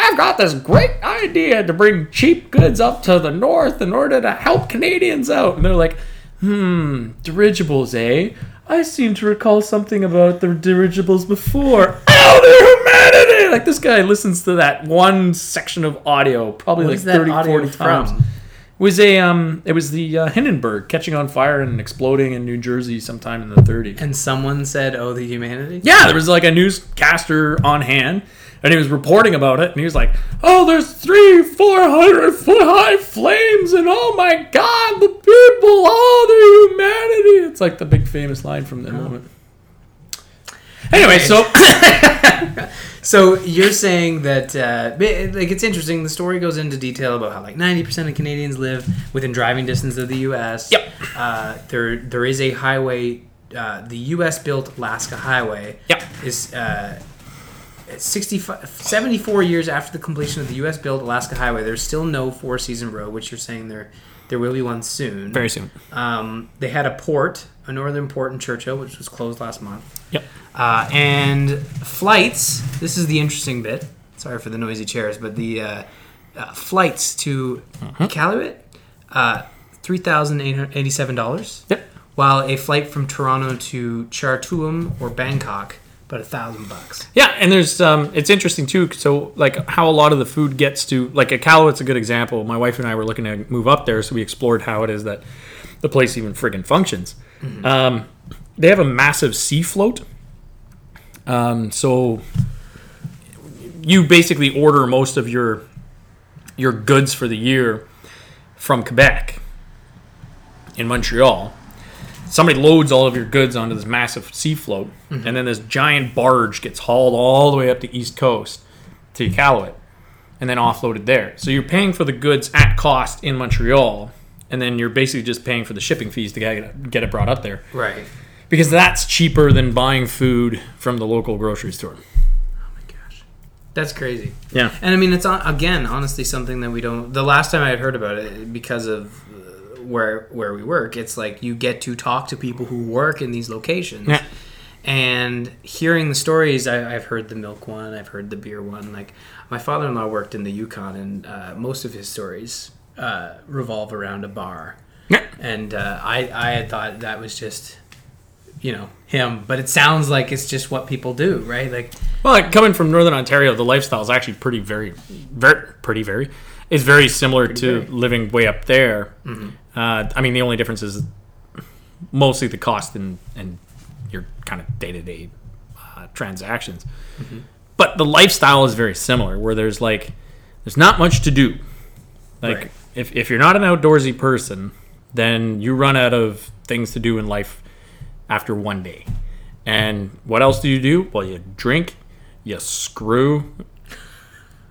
Speaker 3: I've got this great idea to bring cheap goods up to the north in order to help Canadians out. And they're like, hmm, dirigibles, eh? I seem to recall something about the dirigibles before. Elder humanity! Like, this guy listens to that one section of audio probably
Speaker 1: What
Speaker 3: like
Speaker 1: is that
Speaker 3: 30,
Speaker 1: audio
Speaker 3: 40
Speaker 1: from?
Speaker 3: times. It was a um, it was the uh, Hindenburg catching on fire and exploding in New Jersey sometime in the 30s.
Speaker 1: And someone said, "Oh, the humanity."
Speaker 3: Yeah, there was like a newscaster on hand, and he was reporting about it, and he was like, "Oh, there's three, four hundred foot high flames, and oh my God, the people, oh, the humanity!" It's like the big famous line from that moment. Anyway, so
Speaker 1: So you're saying that uh, ba- like it's interesting. The story goes into detail about how like 90% of Canadians live within driving distance of the U.S.
Speaker 3: Yep.
Speaker 1: Uh, there there is a highway. Uh, the U.S. built Alaska Highway.
Speaker 3: Yep.
Speaker 1: Is uh, 65, 74 years after the completion of the U.S. built Alaska Highway. There's still no four season road, which you're saying there there will be one soon.
Speaker 3: soon.
Speaker 1: Um, they had a port, a northern port in Churchill, which was closed last month.
Speaker 3: Yep.
Speaker 1: Uh, and flights. This is the interesting bit. Sorry for the noisy chairs, but the uh, uh, flights to Iqaluit, uh, three thousand eight hundred eighty-seven dollars.
Speaker 3: Yep.
Speaker 1: While a flight from Toronto to Chartuam or Bangkok, about a thousand bucks.
Speaker 3: Yeah, and there's um, it's interesting too. So like how a lot of the food gets to like Iqaluit's a good example. My wife and I were looking to move up there, so we explored how it is that the place even friggin' functions. Um, they have a massive sea float, um, so you basically order most of your your goods for the year from Quebec in Montreal. Somebody loads all of your goods onto this massive sea float, and then this giant barge gets hauled all the way up the east coast to Iqaluit, and then offloaded there. So you're paying for the goods at cost in Montreal, and then you're basically just paying for the shipping fees to get it, get it brought up there,
Speaker 1: Right.
Speaker 3: because that's cheaper than buying food from the local grocery store.
Speaker 1: Gosh, that's crazy.
Speaker 3: Yeah,
Speaker 1: And I mean, it's on, again, honestly, something that we don't. The last time I had heard about it, because of uh, where where we work, it's like you get to talk to people who work in these locations.
Speaker 3: Yeah.
Speaker 1: And hearing the stories, I, I've heard the milk one, I've heard the beer one. Like my father-in-law worked in the Yukon, and uh, most of his stories uh, revolve around a bar.
Speaker 3: Yeah.
Speaker 1: And uh, I I had thought that was just you know him, but it sounds like it's just what people do, right? Like
Speaker 3: Well, like, coming from Northern Ontario, the lifestyle is actually pretty very, very pretty very. It's very similar to living way up there. Uh, I mean, the only difference is mostly the cost and and your kind of day to day transactions. But the lifestyle is very similar, where there's like there's not much to do. Like
Speaker 1: Right.
Speaker 3: if if you're not an outdoorsy person, then you run out of things to do in life after one day. And what else do you do? Well, you drink, you screw,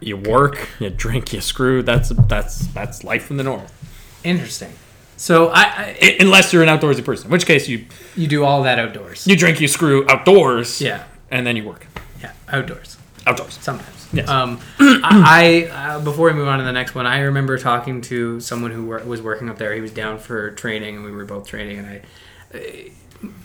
Speaker 3: you work, you drink, you screw. That's that's that's life in the north.
Speaker 1: interesting. So I, I
Speaker 3: I- unless you're an outdoorsy person, in which case you
Speaker 1: You do all that outdoors.
Speaker 3: you drink, you screw outdoors,
Speaker 1: yeah,
Speaker 3: and then you work
Speaker 1: yeah, outdoors
Speaker 3: outdoors.
Speaker 1: sometimes.
Speaker 3: Yes.
Speaker 1: Um, I, I uh, before we move on to the next one, I remember talking to someone who wor- was working up there. He was down for training, and we were both training. And I, uh,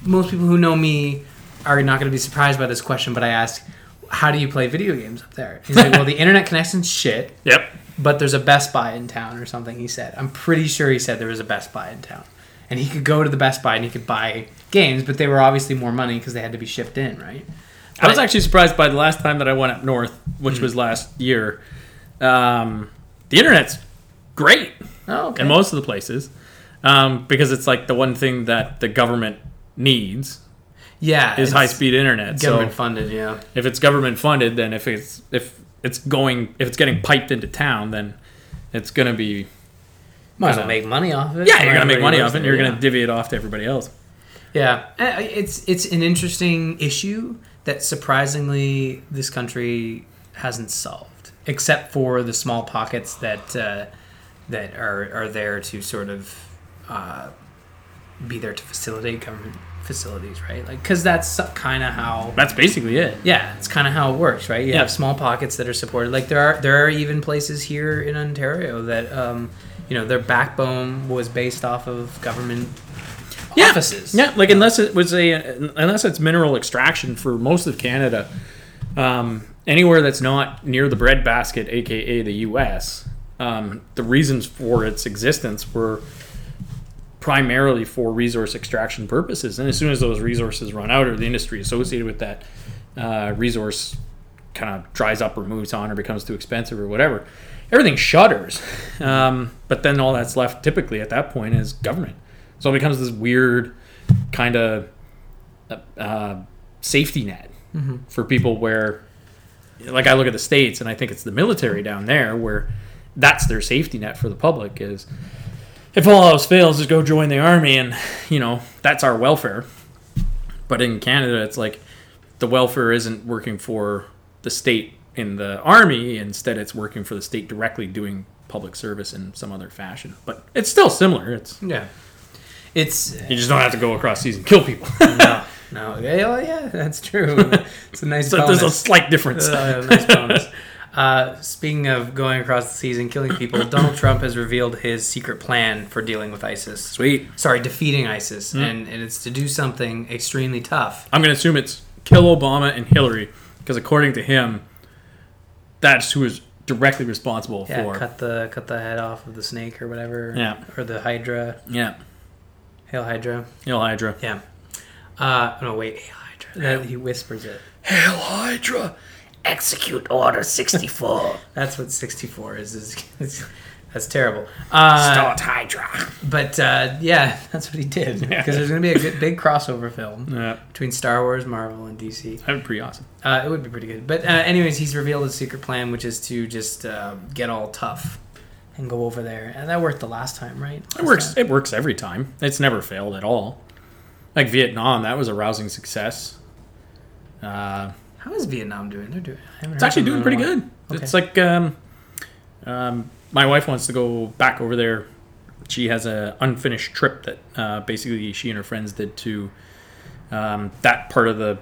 Speaker 1: most people who know me are not going to be surprised by this question, but I asked, "How do you play video games up there?" He's like, "Well, the internet connection's shit,
Speaker 3: Yep.
Speaker 1: but there's a Best Buy in town or something." He said. I'm pretty sure he said there was a Best Buy in town, and he could go to the Best Buy and he could buy games, but they were obviously more money because they had to be shipped in, right?
Speaker 3: I was actually surprised by the last time that I went up north, which was last year. Um, the internet's great
Speaker 1: Oh, okay.
Speaker 3: in most of the places um, because it's like the one thing that the government needs
Speaker 1: yeah,
Speaker 3: is
Speaker 1: it's
Speaker 3: high speed internet.
Speaker 1: government
Speaker 3: so
Speaker 1: funded. Yeah,
Speaker 3: if it's government funded, then if it's if it's going if it's getting piped into town, then it's gonna be
Speaker 1: might as
Speaker 3: Kinda-
Speaker 1: well make money off it.
Speaker 3: yeah you're gonna
Speaker 1: Everybody
Speaker 3: make money
Speaker 1: lives
Speaker 3: off it. and
Speaker 1: there,
Speaker 3: You're
Speaker 1: yeah.
Speaker 3: gonna divvy it off to everybody else.
Speaker 1: Yeah, Uh, it's it's an interesting issue that surprisingly this country hasn't solved, except for the small pockets that uh, that are are there to sort of uh, be there to facilitate government facilities, right? Like, because that's kind of how.
Speaker 3: That's basically it.
Speaker 1: Yeah, it's kind of how it works, right? You
Speaker 3: Yeah.
Speaker 1: have small pockets that are supported. Like there are there are even places here in Ontario that, um, you know, their backbone was based off of government
Speaker 3: Yeah.
Speaker 1: offices.
Speaker 3: Yeah, like unless it was a unless it's mineral extraction for most of Canada, um, anywhere that's not near the breadbasket, aka the U.S. Um, the reasons for its existence were primarily for resource extraction purposes, and as soon as those resources run out, or the industry associated with that uh, resource kind of dries up or moves on or becomes too expensive or whatever, everything shutters. Um, but then all that's left typically at that point is government. So it becomes this weird kind of uh, safety net for people where, like, I look at the States and I think it's the military down there where that's their safety net for the public is if all else fails, just go join the army and, you know, that's our welfare. But in Canada, it's like the welfare isn't working for the state in the army. Instead, it's working for the state directly doing public service in some other fashion. But it's still similar. It's
Speaker 1: yeah. It's
Speaker 3: you just don't have to go across seas and kill people.
Speaker 1: no, no. Yeah, well, yeah, that's true. It's a nice.
Speaker 3: so there's a
Speaker 1: bonus.
Speaker 3: slight difference.
Speaker 1: Uh, nice bonus. Uh, speaking of going across the seas and killing people, Donald Trump has revealed his secret plan for dealing with ISIS.
Speaker 3: Sweet. Hmm.
Speaker 1: Sorry, defeating ISIS, and, and it's to do something extremely tough.
Speaker 3: I'm going to assume it's kill Obama and Hillary because according to him, that's who is directly responsible
Speaker 1: Yeah,
Speaker 3: for.
Speaker 1: cut the cut the head off of the snake or whatever.
Speaker 3: Yeah.
Speaker 1: or the Hydra,
Speaker 3: Yeah,
Speaker 1: hail Hydra.
Speaker 3: Hail Hydra.
Speaker 1: Yeah. Uh, no, wait, hail Hydra. That, he whispers it.
Speaker 3: Hail Hydra.
Speaker 4: Execute Order 64.
Speaker 1: That's what 64 is. is, is that's terrible. Uh,
Speaker 4: Start Hydra.
Speaker 1: But uh, yeah, that's what he did. Because there's going to be a good, big crossover film
Speaker 3: Yeah,
Speaker 1: between Star Wars, Marvel, and DC.
Speaker 3: that would be pretty awesome.
Speaker 1: Uh, it would be pretty good. But uh, anyways, he's revealed his secret plan, which is to just uh, get all tough and go over there. And that worked the last time, right?
Speaker 3: It works. It works every time. It's never failed at all. Like Vietnam, that was a rousing success. Uh,
Speaker 1: How is Vietnam doing? They're doing. I haven't
Speaker 3: it's
Speaker 1: heard
Speaker 3: actually
Speaker 1: from
Speaker 3: doing
Speaker 1: them in
Speaker 3: pretty
Speaker 1: a while.
Speaker 3: good.
Speaker 1: Okay.
Speaker 3: It's like um, um, my wife wants to go back over there. She has a unfinished trip that uh, basically she and her friends did to um, that part of the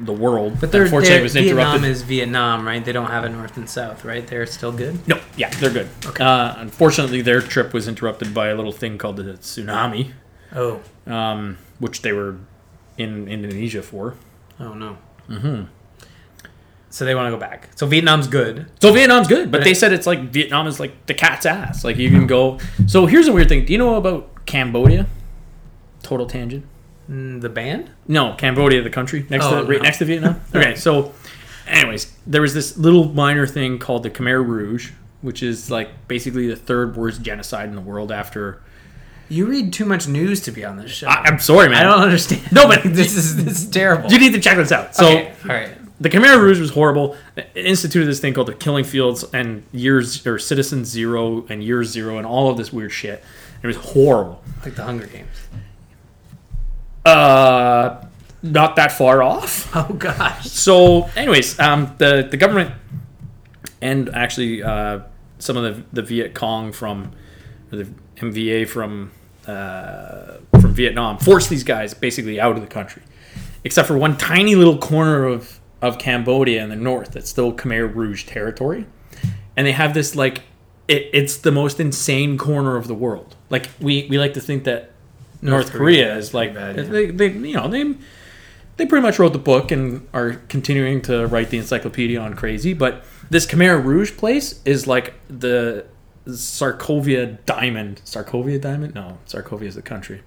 Speaker 3: the world.
Speaker 1: But they're,
Speaker 3: Unfortunately,
Speaker 1: they're-
Speaker 3: it was
Speaker 1: Vietnam
Speaker 3: interrupted.
Speaker 1: is Vietnam, right? They don't have a north and south, right? They're still good.
Speaker 3: no, yeah, they're good.
Speaker 1: Okay.
Speaker 3: Uh, unfortunately, their trip was interrupted by a little thing called the tsunami,
Speaker 1: Oh,
Speaker 3: um, which they were in Indonesia for.
Speaker 1: oh no. Mm-hmm. So they want to go back. So Vietnam's good.
Speaker 3: So Vietnam's good, but they said it's like Vietnam is like the cat's ass. Like you can go. So here's a weird thing. Do you know about Cambodia? Total tangent.
Speaker 1: Mm, the band?
Speaker 3: No, Cambodia, the country next
Speaker 1: Oh,
Speaker 3: to right
Speaker 1: no.
Speaker 3: next to Vietnam. Okay, so anyways, there was this little minor thing called the Khmer Rouge, which is like basically the third worst genocide in the world after.
Speaker 1: You read too much news to be on this show.
Speaker 3: I, I'm sorry, man.
Speaker 1: I don't understand.
Speaker 3: No, but-
Speaker 1: this is this is terrible.
Speaker 3: You need to check this out. So
Speaker 1: okay, all right.
Speaker 3: the Khmer Rouge was horrible. It instituted this thing called the Killing Fields and years or Citizen Zero and Year Zero and all of this weird shit. It was horrible.
Speaker 1: Like the Hunger Games.
Speaker 3: Uh, not that far off.
Speaker 1: Oh gosh.
Speaker 3: So, anyways, um, the the government and actually uh, some of the the Viet Cong from or the MVA from uh, from Vietnam forced these guys basically out of the country, except for one tiny little corner of of Cambodia in the north that's still Khmer Rouge territory, and they have this like it, it's the most insane corner of the world. Like we we like to think that North, Korea, is like
Speaker 1: pretty bad, yeah.
Speaker 3: they, they you know they they pretty much wrote the book and are continuing to write the encyclopedia on crazy. But this Khmer Rouge place is like the Sarkovia Diamond. Sarkovia Diamond? No, Sarkovia is the country.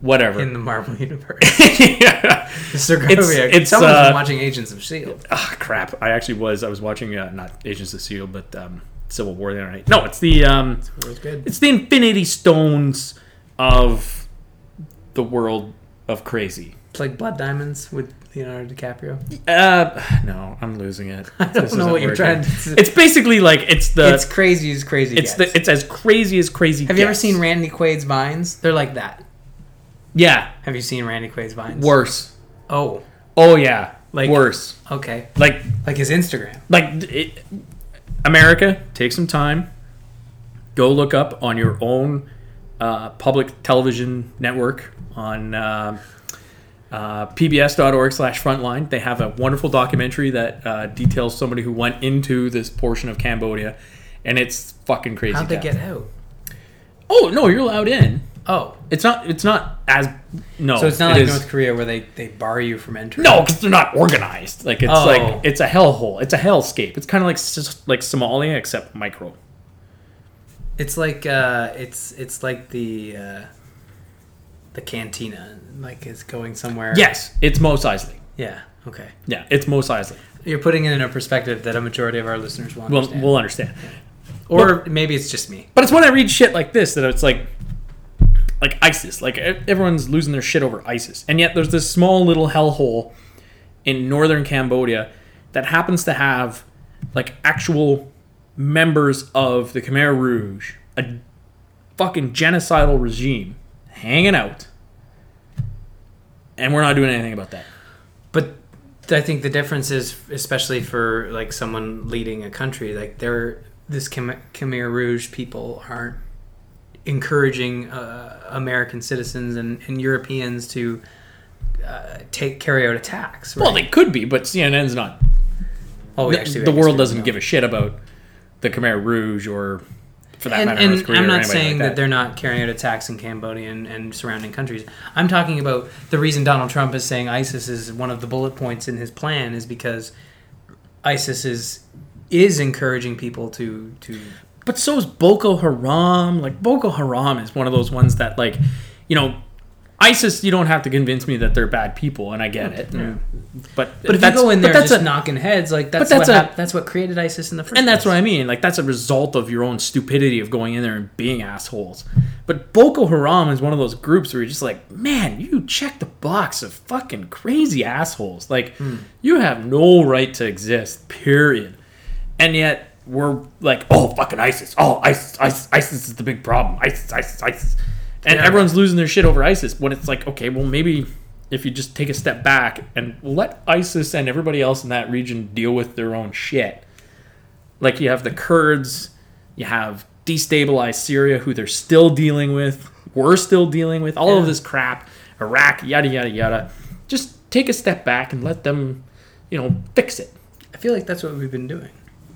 Speaker 3: Whatever.
Speaker 1: In the Marvel universe.
Speaker 3: yeah.
Speaker 1: Mr.
Speaker 3: It's-
Speaker 1: Grovia.
Speaker 3: it's,
Speaker 1: Someone's been
Speaker 3: uh,
Speaker 1: watching Agents of Shield.
Speaker 3: Ah, crap. I actually was. I was watching uh, not Agents of Seal, but um, Civil War the other night. No, it's the um,
Speaker 1: It was good.
Speaker 3: it's the Infinity Stones of the world of crazy.
Speaker 1: It's like Blood Diamonds with Leonardo DiCaprio.
Speaker 3: Uh, no, I'm losing it. I
Speaker 1: don't know what you're trying to-
Speaker 3: It's basically like it's the
Speaker 1: it's crazy as crazy.
Speaker 3: It's
Speaker 1: gets.
Speaker 3: the it's as crazy as crazy.
Speaker 1: Have you ever
Speaker 3: gets.
Speaker 1: seen Randy Quaid's vines? They're like that.
Speaker 3: Yeah,
Speaker 1: Have you seen Randy Quaid's vines?
Speaker 3: worse.
Speaker 1: Oh,
Speaker 3: Oh yeah,
Speaker 1: Like-
Speaker 3: like worse.
Speaker 1: okay.
Speaker 3: Like
Speaker 1: Like his Instagram.
Speaker 3: like it, America, take some time. Go look up on your own uh, public television network on uh, uh, pbs.org slash frontline. They have a wonderful documentary that uh, details somebody who went into this portion of Cambodia, and it's fucking crazy.
Speaker 1: How'd they
Speaker 3: down
Speaker 1: get out?
Speaker 3: Oh no, you're allowed in.
Speaker 1: Oh,
Speaker 3: It's not. It's not as no.
Speaker 1: so it's not
Speaker 3: Oh, it
Speaker 1: like
Speaker 3: is-
Speaker 1: North Korea where they, they bar you from entering.
Speaker 3: No, because they're not organized. Like it's
Speaker 1: Oh.
Speaker 3: like it's a hellhole. It's a hellscape. It's kind of like s- like Somalia except micro.
Speaker 1: it's like uh, it's it's like the uh, the cantina, like it's going somewhere.
Speaker 3: Yes, it's Mos Eisley.
Speaker 1: yeah, okay.
Speaker 3: Yeah, it's Mos Eisley.
Speaker 1: You're putting it in a perspective that a majority of our listeners will
Speaker 3: We'll,
Speaker 1: understand,
Speaker 3: we'll understand.
Speaker 1: or maybe it's just me.
Speaker 3: But it's when I read shit like this that it's like like ISIS. Like e- everyone's losing their shit over ISIS, and yet there's this small little hellhole in northern Cambodia that happens to have like actual members of the Khmer Rouge, a fucking genocidal regime, hanging out, and we're not doing anything about that.
Speaker 1: But I think the difference is, especially for like someone leading a country, like they're this Khmer, Khmer Rouge people aren't encouraging uh, American citizens and, and Europeans to uh, take carry out attacks. Right?
Speaker 3: Well, they could be, but CNN's not.
Speaker 1: oh, we
Speaker 3: The,
Speaker 1: actually-
Speaker 3: the
Speaker 1: I guess
Speaker 3: world
Speaker 1: we
Speaker 3: doesn't
Speaker 1: know.
Speaker 3: give a shit about the Khmer Rouge or, for that
Speaker 1: And,
Speaker 3: matter, North
Speaker 1: and
Speaker 3: Korea
Speaker 1: I'm
Speaker 3: or
Speaker 1: not
Speaker 3: anybody like
Speaker 1: saying that.
Speaker 3: that
Speaker 1: they're not carrying out attacks in Cambodia and, and surrounding countries. I'm talking about the reason Donald Trump is saying ISIS is one of the bullet points in his plan is because ISIS is is encouraging people to to
Speaker 3: But so is Boko Haram. Like Boko Haram is one of those ones that like, you know, ISIS. You don't have to convince me that they're bad people, and I get it. And- But
Speaker 1: But if
Speaker 3: that's,
Speaker 1: you go in
Speaker 3: but
Speaker 1: there
Speaker 3: that's
Speaker 1: just
Speaker 3: a,
Speaker 1: knocking heads, like that's, what
Speaker 3: that's a-
Speaker 1: hap- that's what created ISIS in the first.
Speaker 3: and that's what
Speaker 1: place.
Speaker 3: I mean. Like that's a result of your own stupidity of going in there and being assholes. But Boko Haram is one of those groups where you're just like, man, you check the box of fucking crazy assholes. Like you have no right to exist. Period. And yet we're like, oh fucking ISIS. Oh ISIS, ISIS, ISIS is the big problem. ISIS, ISIS, ISIS. And
Speaker 1: Yeah.
Speaker 3: everyone's losing their shit over ISIS when it's like, okay, well maybe if you just take a step back and let ISIS and everybody else in that region deal with their own shit. Like you have the Kurds, you have destabilized Syria, who they're still dealing with. We're still dealing with all of
Speaker 1: Yeah.
Speaker 3: this crap, Iraq, yada yada yada. Just take a step back and let them, you know, fix it.
Speaker 1: I feel like that's what we've been doing.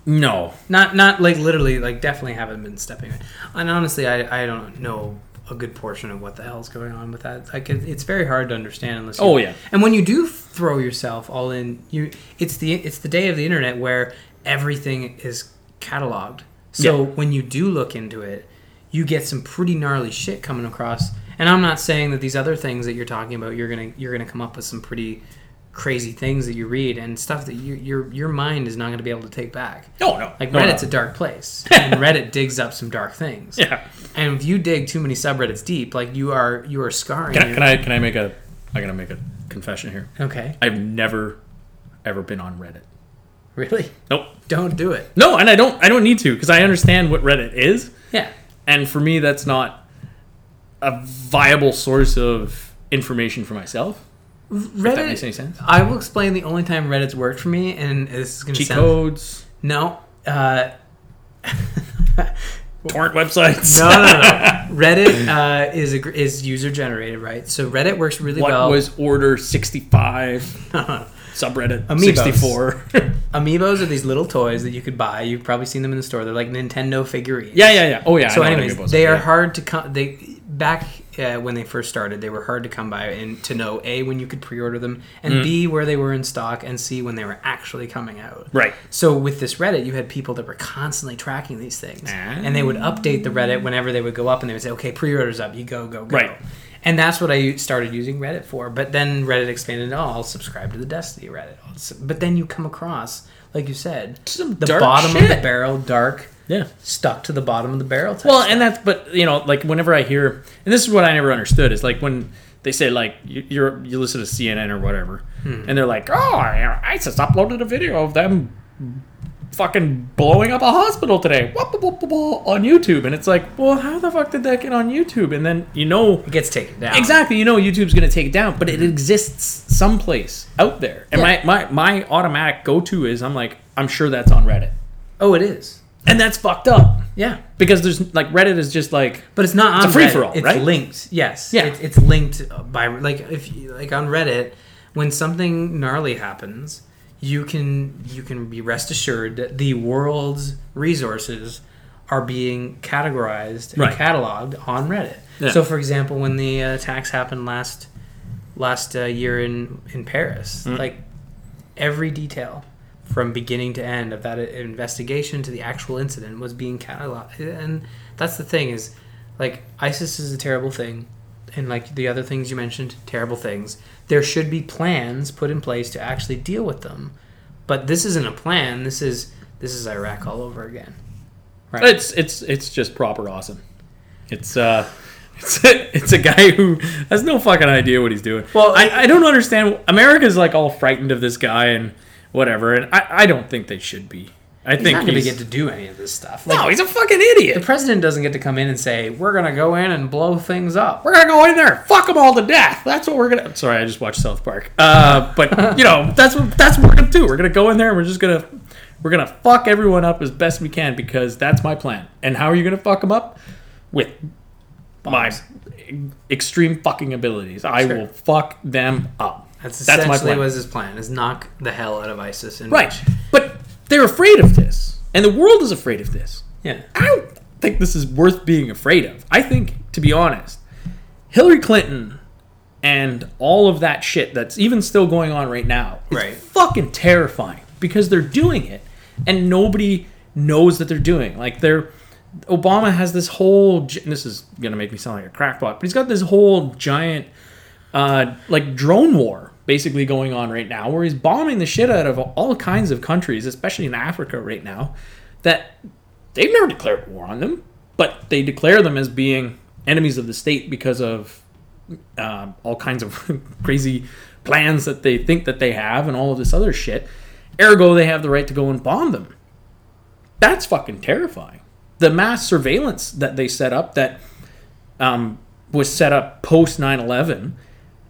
Speaker 3: No,
Speaker 1: Not not like literally, like definitely haven't been stepping. in. And honestly, I I don't know a good portion of what the hell's going on with that. Like it, it's very hard to understand unless. You,
Speaker 3: Oh, yeah.
Speaker 1: And when you do throw yourself all in, you it's the it's the day of the internet where everything is cataloged. So
Speaker 3: Yeah.
Speaker 1: when you do look into it, you get some pretty gnarly shit coming across. And I'm not saying that these other things that you're talking about, you're gonna you're gonna come up with some pretty crazy things that you read and stuff that you, your your mind is not gonna be able to take back.
Speaker 3: no, no.
Speaker 1: Like
Speaker 3: no,
Speaker 1: Reddit's
Speaker 3: no.
Speaker 1: a dark place, and Reddit digs up some dark things.
Speaker 3: yeah.
Speaker 1: And if you dig too many subreddits deep, like you are, you are scarring.
Speaker 3: Can I,
Speaker 1: your-
Speaker 3: can I can I make a I gotta make a confession here.
Speaker 1: Okay,
Speaker 3: I've never ever been on Reddit.
Speaker 1: really?
Speaker 3: Nope.
Speaker 1: Don't do it.
Speaker 3: No, and I don't I don't need to because I understand what Reddit is.
Speaker 1: Yeah.
Speaker 3: and for me that's not a viable source of information for myself
Speaker 1: Reddit.
Speaker 3: that makes any sense.
Speaker 1: I will explain the only time Reddit's worked for me, and this is gonna
Speaker 3: cheat
Speaker 1: sound
Speaker 3: codes
Speaker 1: no. Uh,
Speaker 3: torrent websites
Speaker 1: no, no, no. Reddit uh, is a, gr- is user generated, right? So Reddit works really
Speaker 3: what
Speaker 1: well.
Speaker 3: was order 65 subreddit
Speaker 1: Amiibos.
Speaker 3: 64
Speaker 1: Amiibos are these little toys that you could buy. You've probably seen them in the store. They're like Nintendo figurines.
Speaker 3: yeah yeah yeah oh yeah I
Speaker 1: so
Speaker 3: know what
Speaker 1: anyways
Speaker 3: Amiibos
Speaker 1: they are
Speaker 3: yeah.
Speaker 1: hard to come they back uh, when they first started they were hard to come by and to know a when you could pre-order them and
Speaker 3: Mm.
Speaker 1: b where they were in stock and c when they were actually coming out
Speaker 3: Right.
Speaker 1: so with this reddit you had people that were constantly tracking these things
Speaker 3: Ah.
Speaker 1: and they would update the reddit whenever they would go up and they would say okay pre-orders up you go go go
Speaker 3: Right.
Speaker 1: and that's what I started using Reddit for. But then Reddit expanded. Oh, I'll subscribe to the Destiny Reddit. I'll s- But then you come across, like you said,
Speaker 3: Some
Speaker 1: the
Speaker 3: dark
Speaker 1: bottom of the
Speaker 3: shit.
Speaker 1: barrel, dark
Speaker 3: yeah
Speaker 1: stuck to the bottom of the barrel. Type
Speaker 3: Well, and that's but you know, like whenever I hear, and this is what I never understood is like when they say like you, you're you listen to CNN or whatever,
Speaker 1: Hmm.
Speaker 3: and they're like, oh, you know, ISIS uploaded a video of them fucking blowing up a hospital today Wop, wop, wop, wop, wop, on YouTube, and it's like, well, how the fuck did that get on YouTube? And then you know.
Speaker 1: It gets taken down.
Speaker 3: Exactly, you know YouTube's gonna take it down, but it exists someplace out there. And
Speaker 1: Yeah.
Speaker 3: my, my my automatic go to is I'm like, I'm sure that's on Reddit.
Speaker 1: Oh, it is.
Speaker 3: and that's fucked up
Speaker 1: Yeah,
Speaker 3: because there's like Reddit is just like
Speaker 1: but it's not on
Speaker 3: It's a
Speaker 1: Reddit.
Speaker 3: free-for-all,
Speaker 1: It's
Speaker 3: right?
Speaker 1: linked. Yes.
Speaker 3: Yeah.
Speaker 1: It's, it's linked uh, by like if you- like on Reddit when something gnarly happens, you can you can be rest assured that the world's resources are being categorized and
Speaker 3: Right.
Speaker 1: cataloged on Reddit.
Speaker 3: Yeah.
Speaker 1: So for example, when the uh, attacks happened last last uh, year in in Paris,
Speaker 3: Mm.
Speaker 1: like every detail from beginning to end of that investigation to the actual incident was being cataloged and that's the thing is like isis is a terrible thing and like the other things you mentioned terrible things there should be plans put in place to actually deal with them but this isn't a plan this is this is iraq all over again right
Speaker 3: It's it's it's just proper awesome. It's uh, it's it's a guy who has no fucking idea what he's doing.
Speaker 1: Well,
Speaker 3: I, I don't understand. America's like all frightened of this guy and whatever, and I, I don't think they should be. I
Speaker 1: he's
Speaker 3: think
Speaker 1: not going to
Speaker 3: he's-
Speaker 1: get to do any of this stuff like
Speaker 3: no, Oh, he's a fucking
Speaker 1: the
Speaker 3: idiot.
Speaker 1: president doesn't get to come in and say we're going to go in and blow things up
Speaker 3: We're gonna go in there, fuck them all to death. That's what we're gonna. Sorry, I just watched South Park. Uh, but you know that's what that's what we're gonna do. We're gonna go in there and we're just gonna we're gonna fuck everyone up as best we can because that's my plan. And how are you gonna fuck them up? With my extreme fucking abilities. I
Speaker 1: Sure.
Speaker 3: will fuck them up.
Speaker 1: That's
Speaker 3: my
Speaker 1: essentially
Speaker 3: plan.
Speaker 1: was his plan: is knock the hell out of ISIS. And
Speaker 3: Right. But they're afraid of this. And the world is afraid of this.
Speaker 1: Yeah.
Speaker 3: I don't think this is worth being afraid of. I think, to be honest, Hillary Clinton and all of that shit that's even still going on right now is
Speaker 1: Right.
Speaker 3: fucking terrifying because they're doing it and nobody knows that they're doing. Like they're Obama has this whole gi- and this is going to make me sound like a crackpot, but he's got this whole giant uh, like drone war basically going on right now where he's bombing the shit out of all kinds of countries, especially in Africa right now that they've never declared war on them, but they declare them as being enemies of the state because of um, all kinds of crazy plans that they think that they have and all of this other shit. Ergo, they have the right to go and bomb them. That's fucking terrifying. The mass surveillance that they set up that um, was set up post 9 11,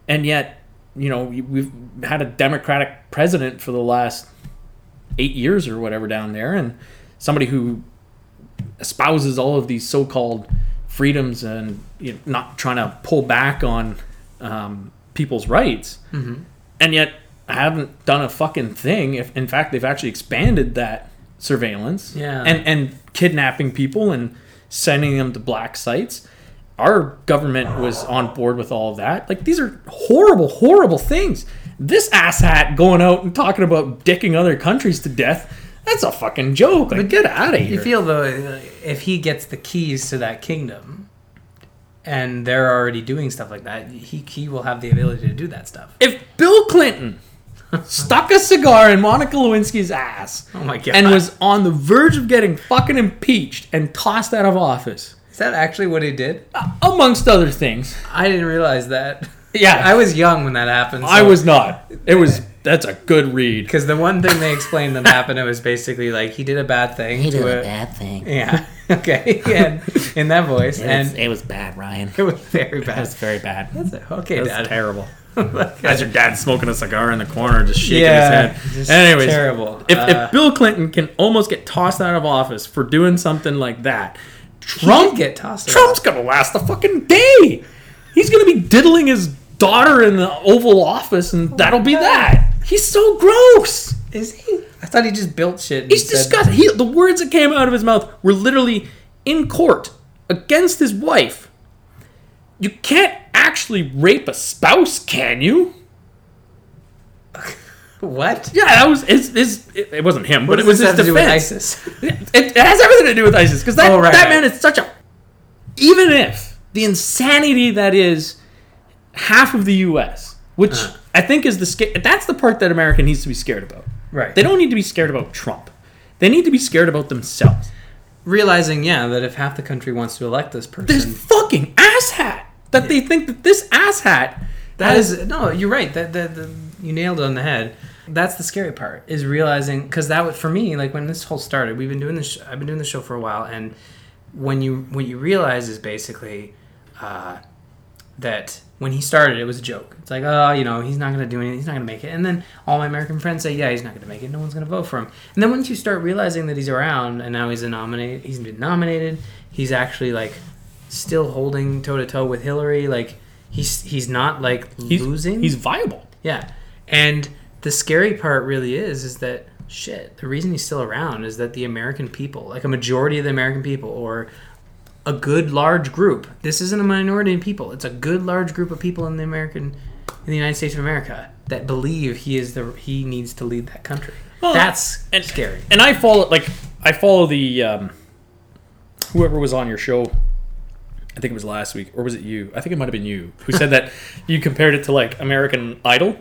Speaker 3: and yet, you know, we- we've had a Democratic president for the last eight years or whatever down there, and somebody who espouses all of these so-called freedoms and you know, not trying to pull back on um, people's rights, and yet haven't done a fucking thing. If in fact they've actually expanded that surveillance,
Speaker 1: Yeah.
Speaker 3: and and kidnapping people and sending them to black sites. Our government was on board with all of that. Like these are horrible, horrible things. This asshat going out and talking about dicking other countries to death—that's a fucking joke. Like, get out of here.
Speaker 1: You feel though, uh, if he gets the keys to that kingdom, and they're already doing stuff like that, he he will have the ability to do that stuff.
Speaker 3: if Bill Clinton stuck a cigar in Monica Lewinsky's ass
Speaker 1: Oh my god!
Speaker 3: and was on the verge of getting fucking impeached and tossed out of office,
Speaker 1: is that actually what he did?
Speaker 3: uh, amongst other things,
Speaker 1: I didn't realize that.
Speaker 3: Yeah.
Speaker 1: I was young when that happened.
Speaker 3: I was not. It was that's a good read.
Speaker 1: because the one thing they explained that happened, it was basically like he did a bad thing.
Speaker 4: He did
Speaker 1: to
Speaker 4: a bad thing.
Speaker 1: Yeah. Okay. And in that voice,
Speaker 4: It was,
Speaker 1: and
Speaker 4: it was bad, Ryan.
Speaker 1: it was very bad.
Speaker 3: That's very bad. That's
Speaker 1: That's it. Okay, Dad.
Speaker 3: terrible. As your dad smoking a cigar in the corner, just shaking his
Speaker 1: just
Speaker 3: head. Anyways,
Speaker 1: terrible.
Speaker 3: If,
Speaker 1: Uh,
Speaker 3: if Bill Clinton can almost get tossed out of office for doing something like that,
Speaker 1: Trump
Speaker 3: Trump
Speaker 1: get tossed.
Speaker 3: Trump's gonna last a fucking day. He's gonna be diddling his daughter in the Oval Office, and that'll be that. He's so gross.
Speaker 1: is Oh he? I thought he just built shit. and
Speaker 3: He's
Speaker 1: said-
Speaker 3: disgusting. He, the words that came out of his mouth were literally in court against his wife. You can't actually rape a spouse, can you?
Speaker 1: What?
Speaker 3: Yeah, that was his. his it, it wasn't him, but it was his
Speaker 1: have to do with
Speaker 3: defense.
Speaker 1: ISIS?
Speaker 3: It, it has everything to do with ISIS because that,
Speaker 1: Oh, right,
Speaker 3: that
Speaker 1: right.
Speaker 3: man is such a. Even if the insanity that is half of the U.S., which
Speaker 1: Uh-huh.
Speaker 3: I think is the sca- that's the part that America needs to be scared about.
Speaker 1: Right.
Speaker 3: They don't need to be scared about Trump. They need to be scared about themselves.
Speaker 1: Realizing, yeah, that if half the country wants to elect this person,
Speaker 3: This fucking asshat that they think that this asshat
Speaker 1: that is no. You're right. That, that, that you nailed it on the head. That's the scary part is realizing because that was for me like when this whole started. We've been doing this. Sh- I've been doing this show for a while, and when you what you realize is basically uh, that when he started, it was a joke. It's like, oh, you know, he's not going to do anything. He's not going to make it. And then all my American friends say, yeah, he's not going to make it. No one's going to vote for him. And then once you start realizing that he's around and now he's a nominate, he's been nominated. He's actually like still holding toe to toe with Hillary. Like he's he's not like
Speaker 3: He's,
Speaker 1: losing.
Speaker 3: He's viable.
Speaker 1: Yeah. And the scary part really is is that shit, the reason he's still around is that the American people, like a majority of the American people or a good large group. This isn't a minority of people. It's a good large group of people in the American in the United States of America that believe he is the he needs to lead that country.
Speaker 3: Well,
Speaker 1: That's
Speaker 3: and-
Speaker 1: scary.
Speaker 3: And I follow like I follow the um, whoever was on your show. I think it was last week, or was it you? I think it might have been you who said that you compared it to like American Idol,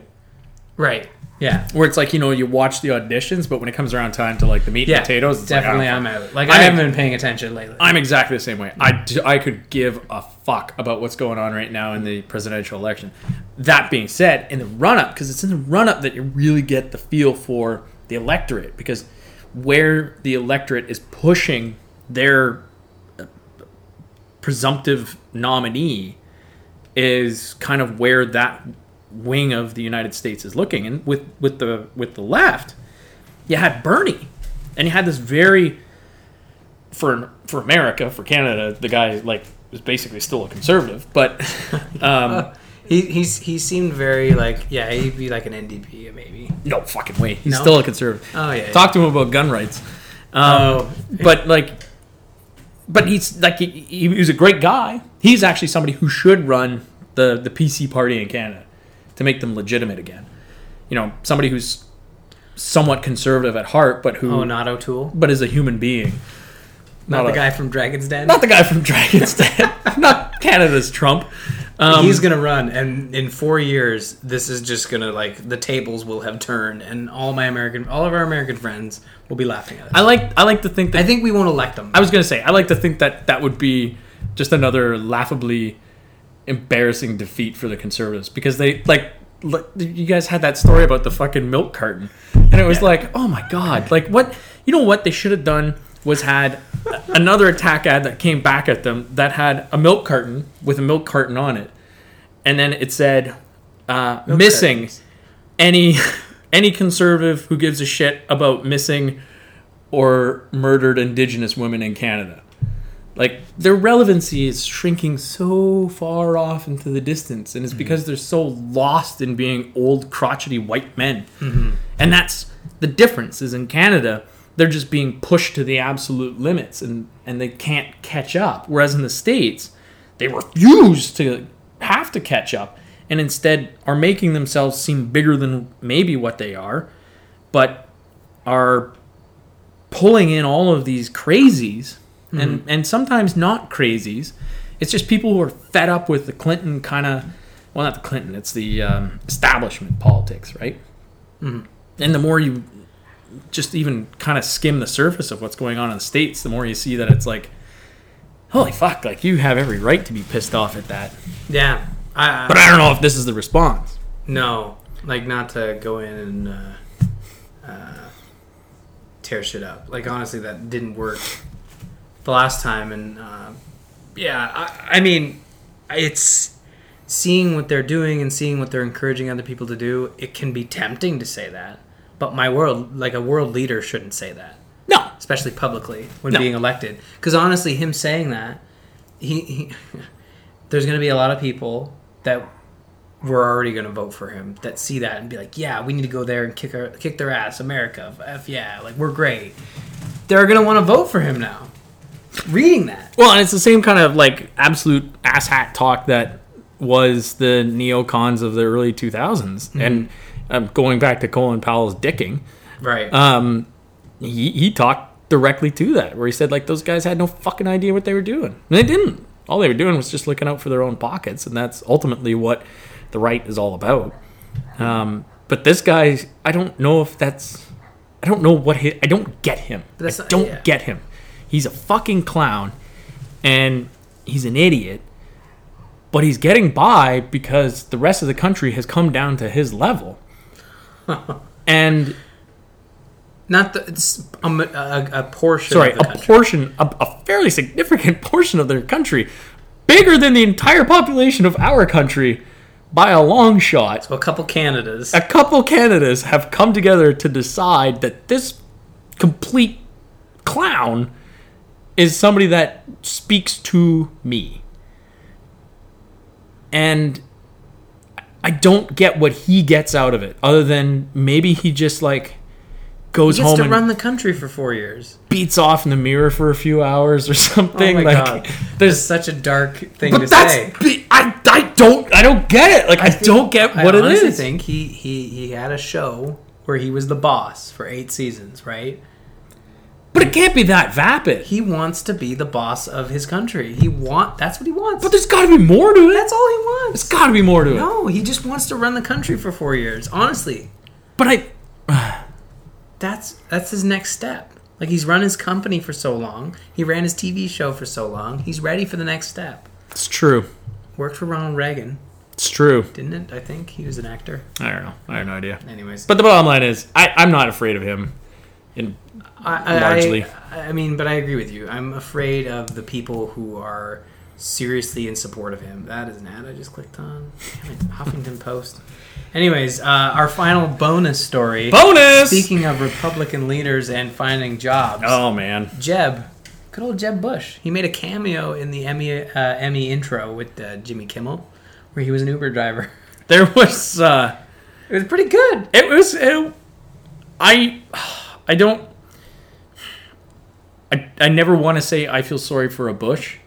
Speaker 1: Right. Yeah.
Speaker 3: where it's like you know you watch the auditions, but when it comes around time to like the meat
Speaker 1: Yeah.
Speaker 3: and potatoes, it's like, "Ah, I don't
Speaker 1: definitely
Speaker 3: know.
Speaker 1: I'm out. Like
Speaker 3: I
Speaker 1: I,
Speaker 3: mean-
Speaker 1: haven't been paying attention lately.
Speaker 3: I'm exactly the same way. I, d- I could give a fuck about what's going on right now in the presidential election. That being said, in the run up, because it's in the run up that you really get the feel for the electorate, because where the electorate is pushing their uh, presumptive nominee is kind of where that wing of the United States is looking. And with, with the with the left, you had Bernie, and you had this very for for America, for Canada, the guy like was basically still a conservative, but um,
Speaker 1: he he's he seemed very like yeah, he'd be like an NDP maybe.
Speaker 3: no fucking way, he's
Speaker 1: No?
Speaker 3: still a conservative.
Speaker 1: Oh, yeah,
Speaker 3: talk to him about gun rights. Um,
Speaker 1: Oh.
Speaker 3: but like, but he's like he, he was a great guy. He's actually somebody who should run the the PC party in Canada to make them legitimate again. You know, somebody who's somewhat conservative at heart, but who
Speaker 1: Oh, not O'Toole.
Speaker 3: but is a human being.
Speaker 1: Not, the
Speaker 3: a-
Speaker 1: guy from Dragon's Den.
Speaker 3: Not the guy from Dragon's Den. not Canada's Trump. Um,
Speaker 1: He's gonna run, and in four years, this is just gonna like the tables will have turned, and all my American, all of our American friends will be laughing at us.
Speaker 3: I like I like to think that
Speaker 1: I think we won't elect them.
Speaker 3: I was gonna say I like to think that that would be just another laughably embarrassing defeat for the conservatives because they like li- you guys had that story about the fucking milk carton and it was like oh my god like what you know what they should have done was had another attack ad that came back at them that had a milk carton with a milk carton on it and then it said uh, missing
Speaker 1: cartons.
Speaker 3: any any conservative who gives a shit about missing or murdered indigenous women in Canada. Like their relevancy is shrinking so far off into the distance, and it's because they're so lost in being old crotchety white men. And that's the difference. Is in Canada, they're just being pushed to the absolute limits, and and they can't catch up. Whereas in the states, they refuse to have to catch up, and instead are making themselves seem bigger than maybe what they are, but are pulling in all of these crazies and and sometimes not crazies it's just people who are fed up with the clinton kind of well not the clinton it's the um, establishment politics right and the more you just even kind of skim the surface of what's going on in the states the more you see that it's like holy fuck like you have every right to be pissed off at that
Speaker 1: yeah, I,
Speaker 3: but i don't know if this is the response
Speaker 1: no, like not to go in and uh, uh, tear shit up. Like honestly, that didn't work the last time, and uh, yeah, I, I mean, it's seeing what they're doing and seeing what they're encouraging other people to do. It can be tempting to say that, but my world, like a world leader, shouldn't say that
Speaker 3: no
Speaker 1: especially publicly when
Speaker 3: No.
Speaker 1: being elected. Because honestly, him saying that, he, he there's going to be a lot of people that were already going to vote for him that see that and be like, yeah, we need to go there and kick our, kick their ass, America, f yeah, like we're great. They're going to want to vote for him now. Reading that,
Speaker 3: Well, and it's the same kind of like absolute asshat talk that was the neocons of the early 2000s. And um, going back to Colin Powell's dicking,
Speaker 1: right?
Speaker 3: um, he, he talked directly to that, where he said, like, those guys had no fucking idea what they were doing. And they didn't. All they were doing was just looking out for their own pockets. And that's ultimately what the right is all about. Um, but this guy, I don't know if that's. I don't know what he. I don't get him.
Speaker 1: But that's
Speaker 3: I
Speaker 1: not-
Speaker 3: don't
Speaker 1: yeah.
Speaker 3: get him. He's a fucking clown, and he's an idiot. But he's getting by because the rest of the country has come down to his level. and
Speaker 1: Not the it's a, m- a- a portion.
Speaker 3: sorry,
Speaker 1: of
Speaker 3: a
Speaker 1: the country.
Speaker 3: portion, a, a fairly significant portion of their country bigger than the entire population of our country by a long shot.
Speaker 1: So a couple Canadas.
Speaker 3: A couple Canadas have come together to decide that this complete clown is somebody that speaks to me. And I don't get what he gets out of it, other than maybe he just like goes
Speaker 1: He gets
Speaker 3: home
Speaker 1: to
Speaker 3: and
Speaker 1: run the country for four years.
Speaker 3: beats off in the mirror for a few hours or something.
Speaker 1: oh my
Speaker 3: like,
Speaker 1: god, there's such a dark thing to
Speaker 3: but that's
Speaker 1: say.
Speaker 3: be- I, I don't I don't get it. Like I, don't get what
Speaker 1: I
Speaker 3: it
Speaker 1: honestly
Speaker 3: is.
Speaker 1: think he, he he had a show where he was the boss for eight seasons, right?
Speaker 3: But it can't be that vapid.
Speaker 1: He wants to be the boss of his country. He want that's what he wants.
Speaker 3: But there's got to be more to it.
Speaker 1: that's all he
Speaker 3: there's
Speaker 1: wants.
Speaker 3: got to be more to it.
Speaker 1: No, he just wants to run the country for four years. Honestly,
Speaker 3: But I
Speaker 1: that's that's his next step. Like he's run his company for so long, he ran his TV show for so long. He's ready for the next step.
Speaker 3: It's true.
Speaker 1: Worked for Ronald Reagan,
Speaker 3: It's true.
Speaker 1: didn't it? I think he was an actor.
Speaker 3: I don't know. I have no idea.
Speaker 1: Anyways,
Speaker 3: But the bottom line is, I, I'm not afraid of him. And
Speaker 1: I, I,
Speaker 3: largely.
Speaker 1: I, I mean, but I agree with you. I'm afraid of the people who are seriously in support of him. That is an ad I just clicked on. Damn it, Huffington Post. Anyways, uh, our final bonus story.
Speaker 3: bonus.
Speaker 1: Speaking of Republican leaders and finding jobs,
Speaker 3: oh man,
Speaker 1: Jeb, good old Jeb Bush. He made a cameo in the Emmy uh, Emmy intro with uh, Jimmy Kimmel, where he was an Uber driver.
Speaker 3: there was. uh
Speaker 1: It was pretty good.
Speaker 3: It was. It, I. I don't. I, I never want to say I feel sorry for a Bush,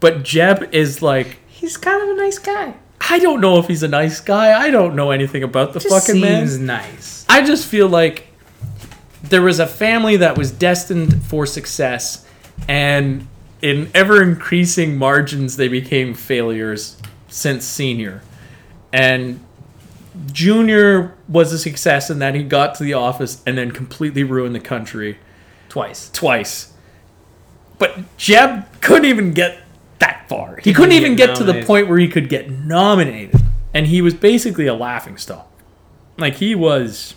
Speaker 3: but Jeb is like
Speaker 1: He's kind of a nice guy.
Speaker 3: I don't know if he's a nice guy. I don't know anything about the
Speaker 1: Just
Speaker 3: fucking man.
Speaker 1: seems nice.
Speaker 3: I just feel like there was a family that was destined for success, and in ever increasing margins, they became failures since senior. And junior was a success in that he got to the office and then completely ruined the country
Speaker 1: Twice.
Speaker 3: twice. But Jeb couldn't even get that far. He couldn't
Speaker 1: even
Speaker 3: even
Speaker 1: get
Speaker 3: get to the
Speaker 1: nominated.
Speaker 3: point where he could get nominated. And he was basically a laughing stock. Like he was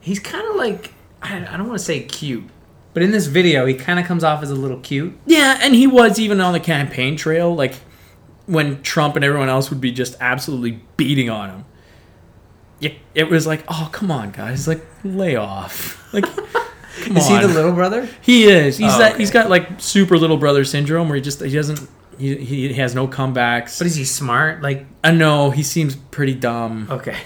Speaker 1: he's kind of like I, I don't want to say cute, but in this video he kind of comes off as a little cute.
Speaker 3: Yeah, and he was even on the campaign trail, like when Trump and everyone else would be just absolutely beating on him. It, it was like, oh come on, guys, like lay off. Like, come
Speaker 1: Is
Speaker 3: on.
Speaker 1: he the little brother?
Speaker 3: He is. He's
Speaker 1: Oh,
Speaker 3: that.
Speaker 1: okay.
Speaker 3: He's got like super little brother syndrome, where he just he doesn't. He, he has no comebacks.
Speaker 1: But is he smart? Like
Speaker 3: I know he seems pretty dumb,
Speaker 1: okay,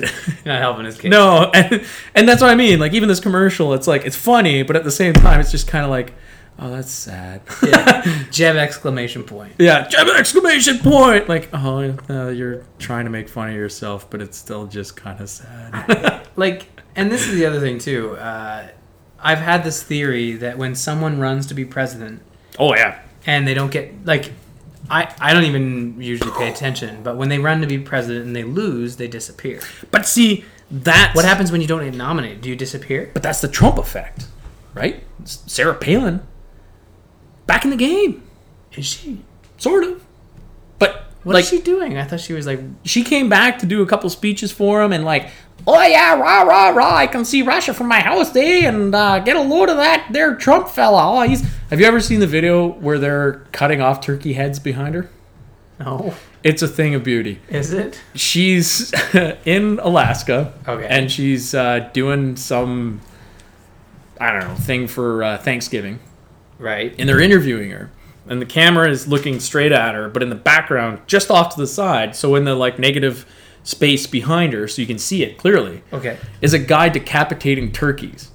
Speaker 1: You're not helping his kid.
Speaker 3: no, and, and that's what I mean. Like even this commercial, it's like it's funny, but at the same time, it's just kind of like, oh, that's sad.
Speaker 1: Yeah. Jeb exclamation point.
Speaker 3: Yeah, Jeb exclamation point! Like, oh, uh, you're trying to make fun of yourself, but it's still just kind of sad.
Speaker 1: Like, and this is the other thing too. Uh, I've had this theory that when someone runs to be president
Speaker 3: oh yeah,
Speaker 1: and they don't get like. I, I don't even usually pay attention, but when they run to be president and they lose, they disappear.
Speaker 3: but see that's
Speaker 1: What happens when you don't get nominated? Do you disappear?
Speaker 3: But that's the Trump effect, right? S- Sarah Palin, back in the game,
Speaker 1: Is she?
Speaker 3: sort of. But
Speaker 1: What is
Speaker 3: like
Speaker 1: she doing? I thought she was like
Speaker 3: she came back to do a couple speeches for him and like oh yeah rah rah rah i can see russia from my house day and uh, get a load of that there trump fella oh, he's have you ever seen the video where they're cutting off turkey heads behind her
Speaker 1: no.
Speaker 3: it's a thing of beauty
Speaker 1: Is it?
Speaker 3: she's in alaska
Speaker 1: Okay.
Speaker 3: and she's uh, doing some i don't know thing for uh, thanksgiving
Speaker 1: Right.
Speaker 3: and they're interviewing her and the camera is looking straight at her but in the background just off to the side so in the like negative space behind her so you can see it clearly
Speaker 1: Okay.
Speaker 3: is a guy decapitating turkeys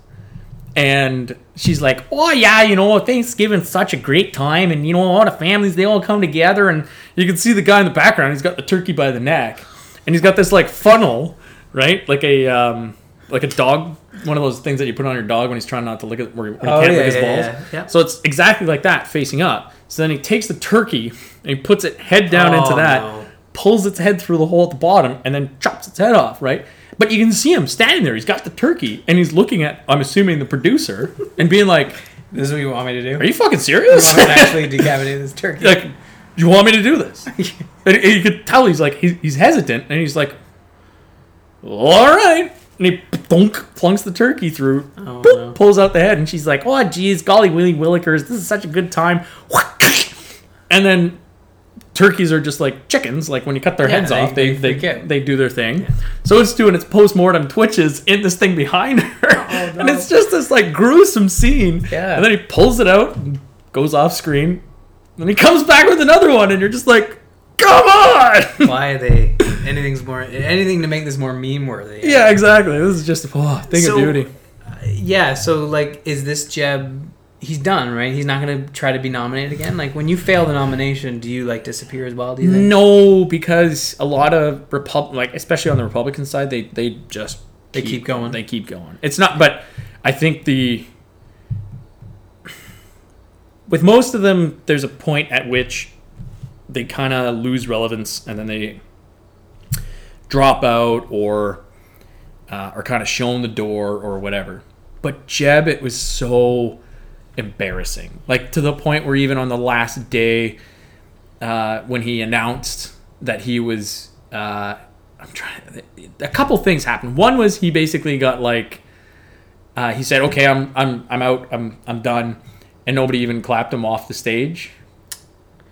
Speaker 3: and she's like oh yeah you know thanksgiving's such a great time and you know all the families they all come together and you can see the guy in the background he's got the turkey by the neck and he's got this like funnel right like a um like a dog one of those things that you put on your dog when he's trying not to look at where he when he
Speaker 1: Oh,
Speaker 3: can't
Speaker 1: yeah,
Speaker 3: lick his
Speaker 1: yeah,
Speaker 3: balls
Speaker 1: yeah, yeah.
Speaker 3: so it's exactly like that, facing up. So then he takes the turkey and he puts it head down
Speaker 1: Oh,
Speaker 3: into that,
Speaker 1: no.
Speaker 3: pulls its head through the hole at the bottom, and then chops its head off, right? But you can see him standing there. He's got the turkey and he's looking at, I'm assuming, the producer and being like,
Speaker 1: This is what you want me to do?
Speaker 3: Are you fucking serious?
Speaker 1: I'm gonna actually decapitate this turkey.
Speaker 3: like, you want me to do this? And, and you could tell he's like, he's, he's hesitant and he's like, All right. And he thunk, plunks the turkey through,
Speaker 1: Oh,
Speaker 3: boop,
Speaker 1: no.
Speaker 3: pulls out the head, and she's like, "Oh, geez, golly, willy willikers, this is such a good time." and then turkeys are just like chickens. Like when you cut their
Speaker 1: Yeah,
Speaker 3: heads
Speaker 1: they-
Speaker 3: off, they
Speaker 1: they
Speaker 3: they, they,
Speaker 1: forget.
Speaker 3: do their thing. So it's doing its post mortem twitches in this thing behind her, and it's just this like gruesome scene.
Speaker 1: Oh, Yeah.
Speaker 3: And then he pulls it out, and goes off screen, and he comes back with another one, and you're just like, come on.
Speaker 1: Why are they? Anything's more. Anything to make this more meme worthy.
Speaker 3: yeah, exactly. This is just oh, thing
Speaker 1: So-
Speaker 3: of beauty.
Speaker 1: Yeah. So like, is this Jeb? He's done, right? He's not gonna try to be nominated again. Like when you fail the nomination, do you like disappear as well? Do you think?
Speaker 3: No, because a lot of Repub like especially on the Republican side, they they just
Speaker 1: They keep going.
Speaker 3: They keep going. It's not, but I think the with most of them, there's a point at which they kind of lose relevance, and then they drop out or uh, are kind of shown the door or whatever. But Jeb, it was so embarrassing, like to the point where even on the last day uh, when he announced that he was uh, I'm trying a couple things happened. One was he basically got like uh, he said, "Okay, I'm I'm I'm out. I'm I'm done." And nobody even clapped him off the stage.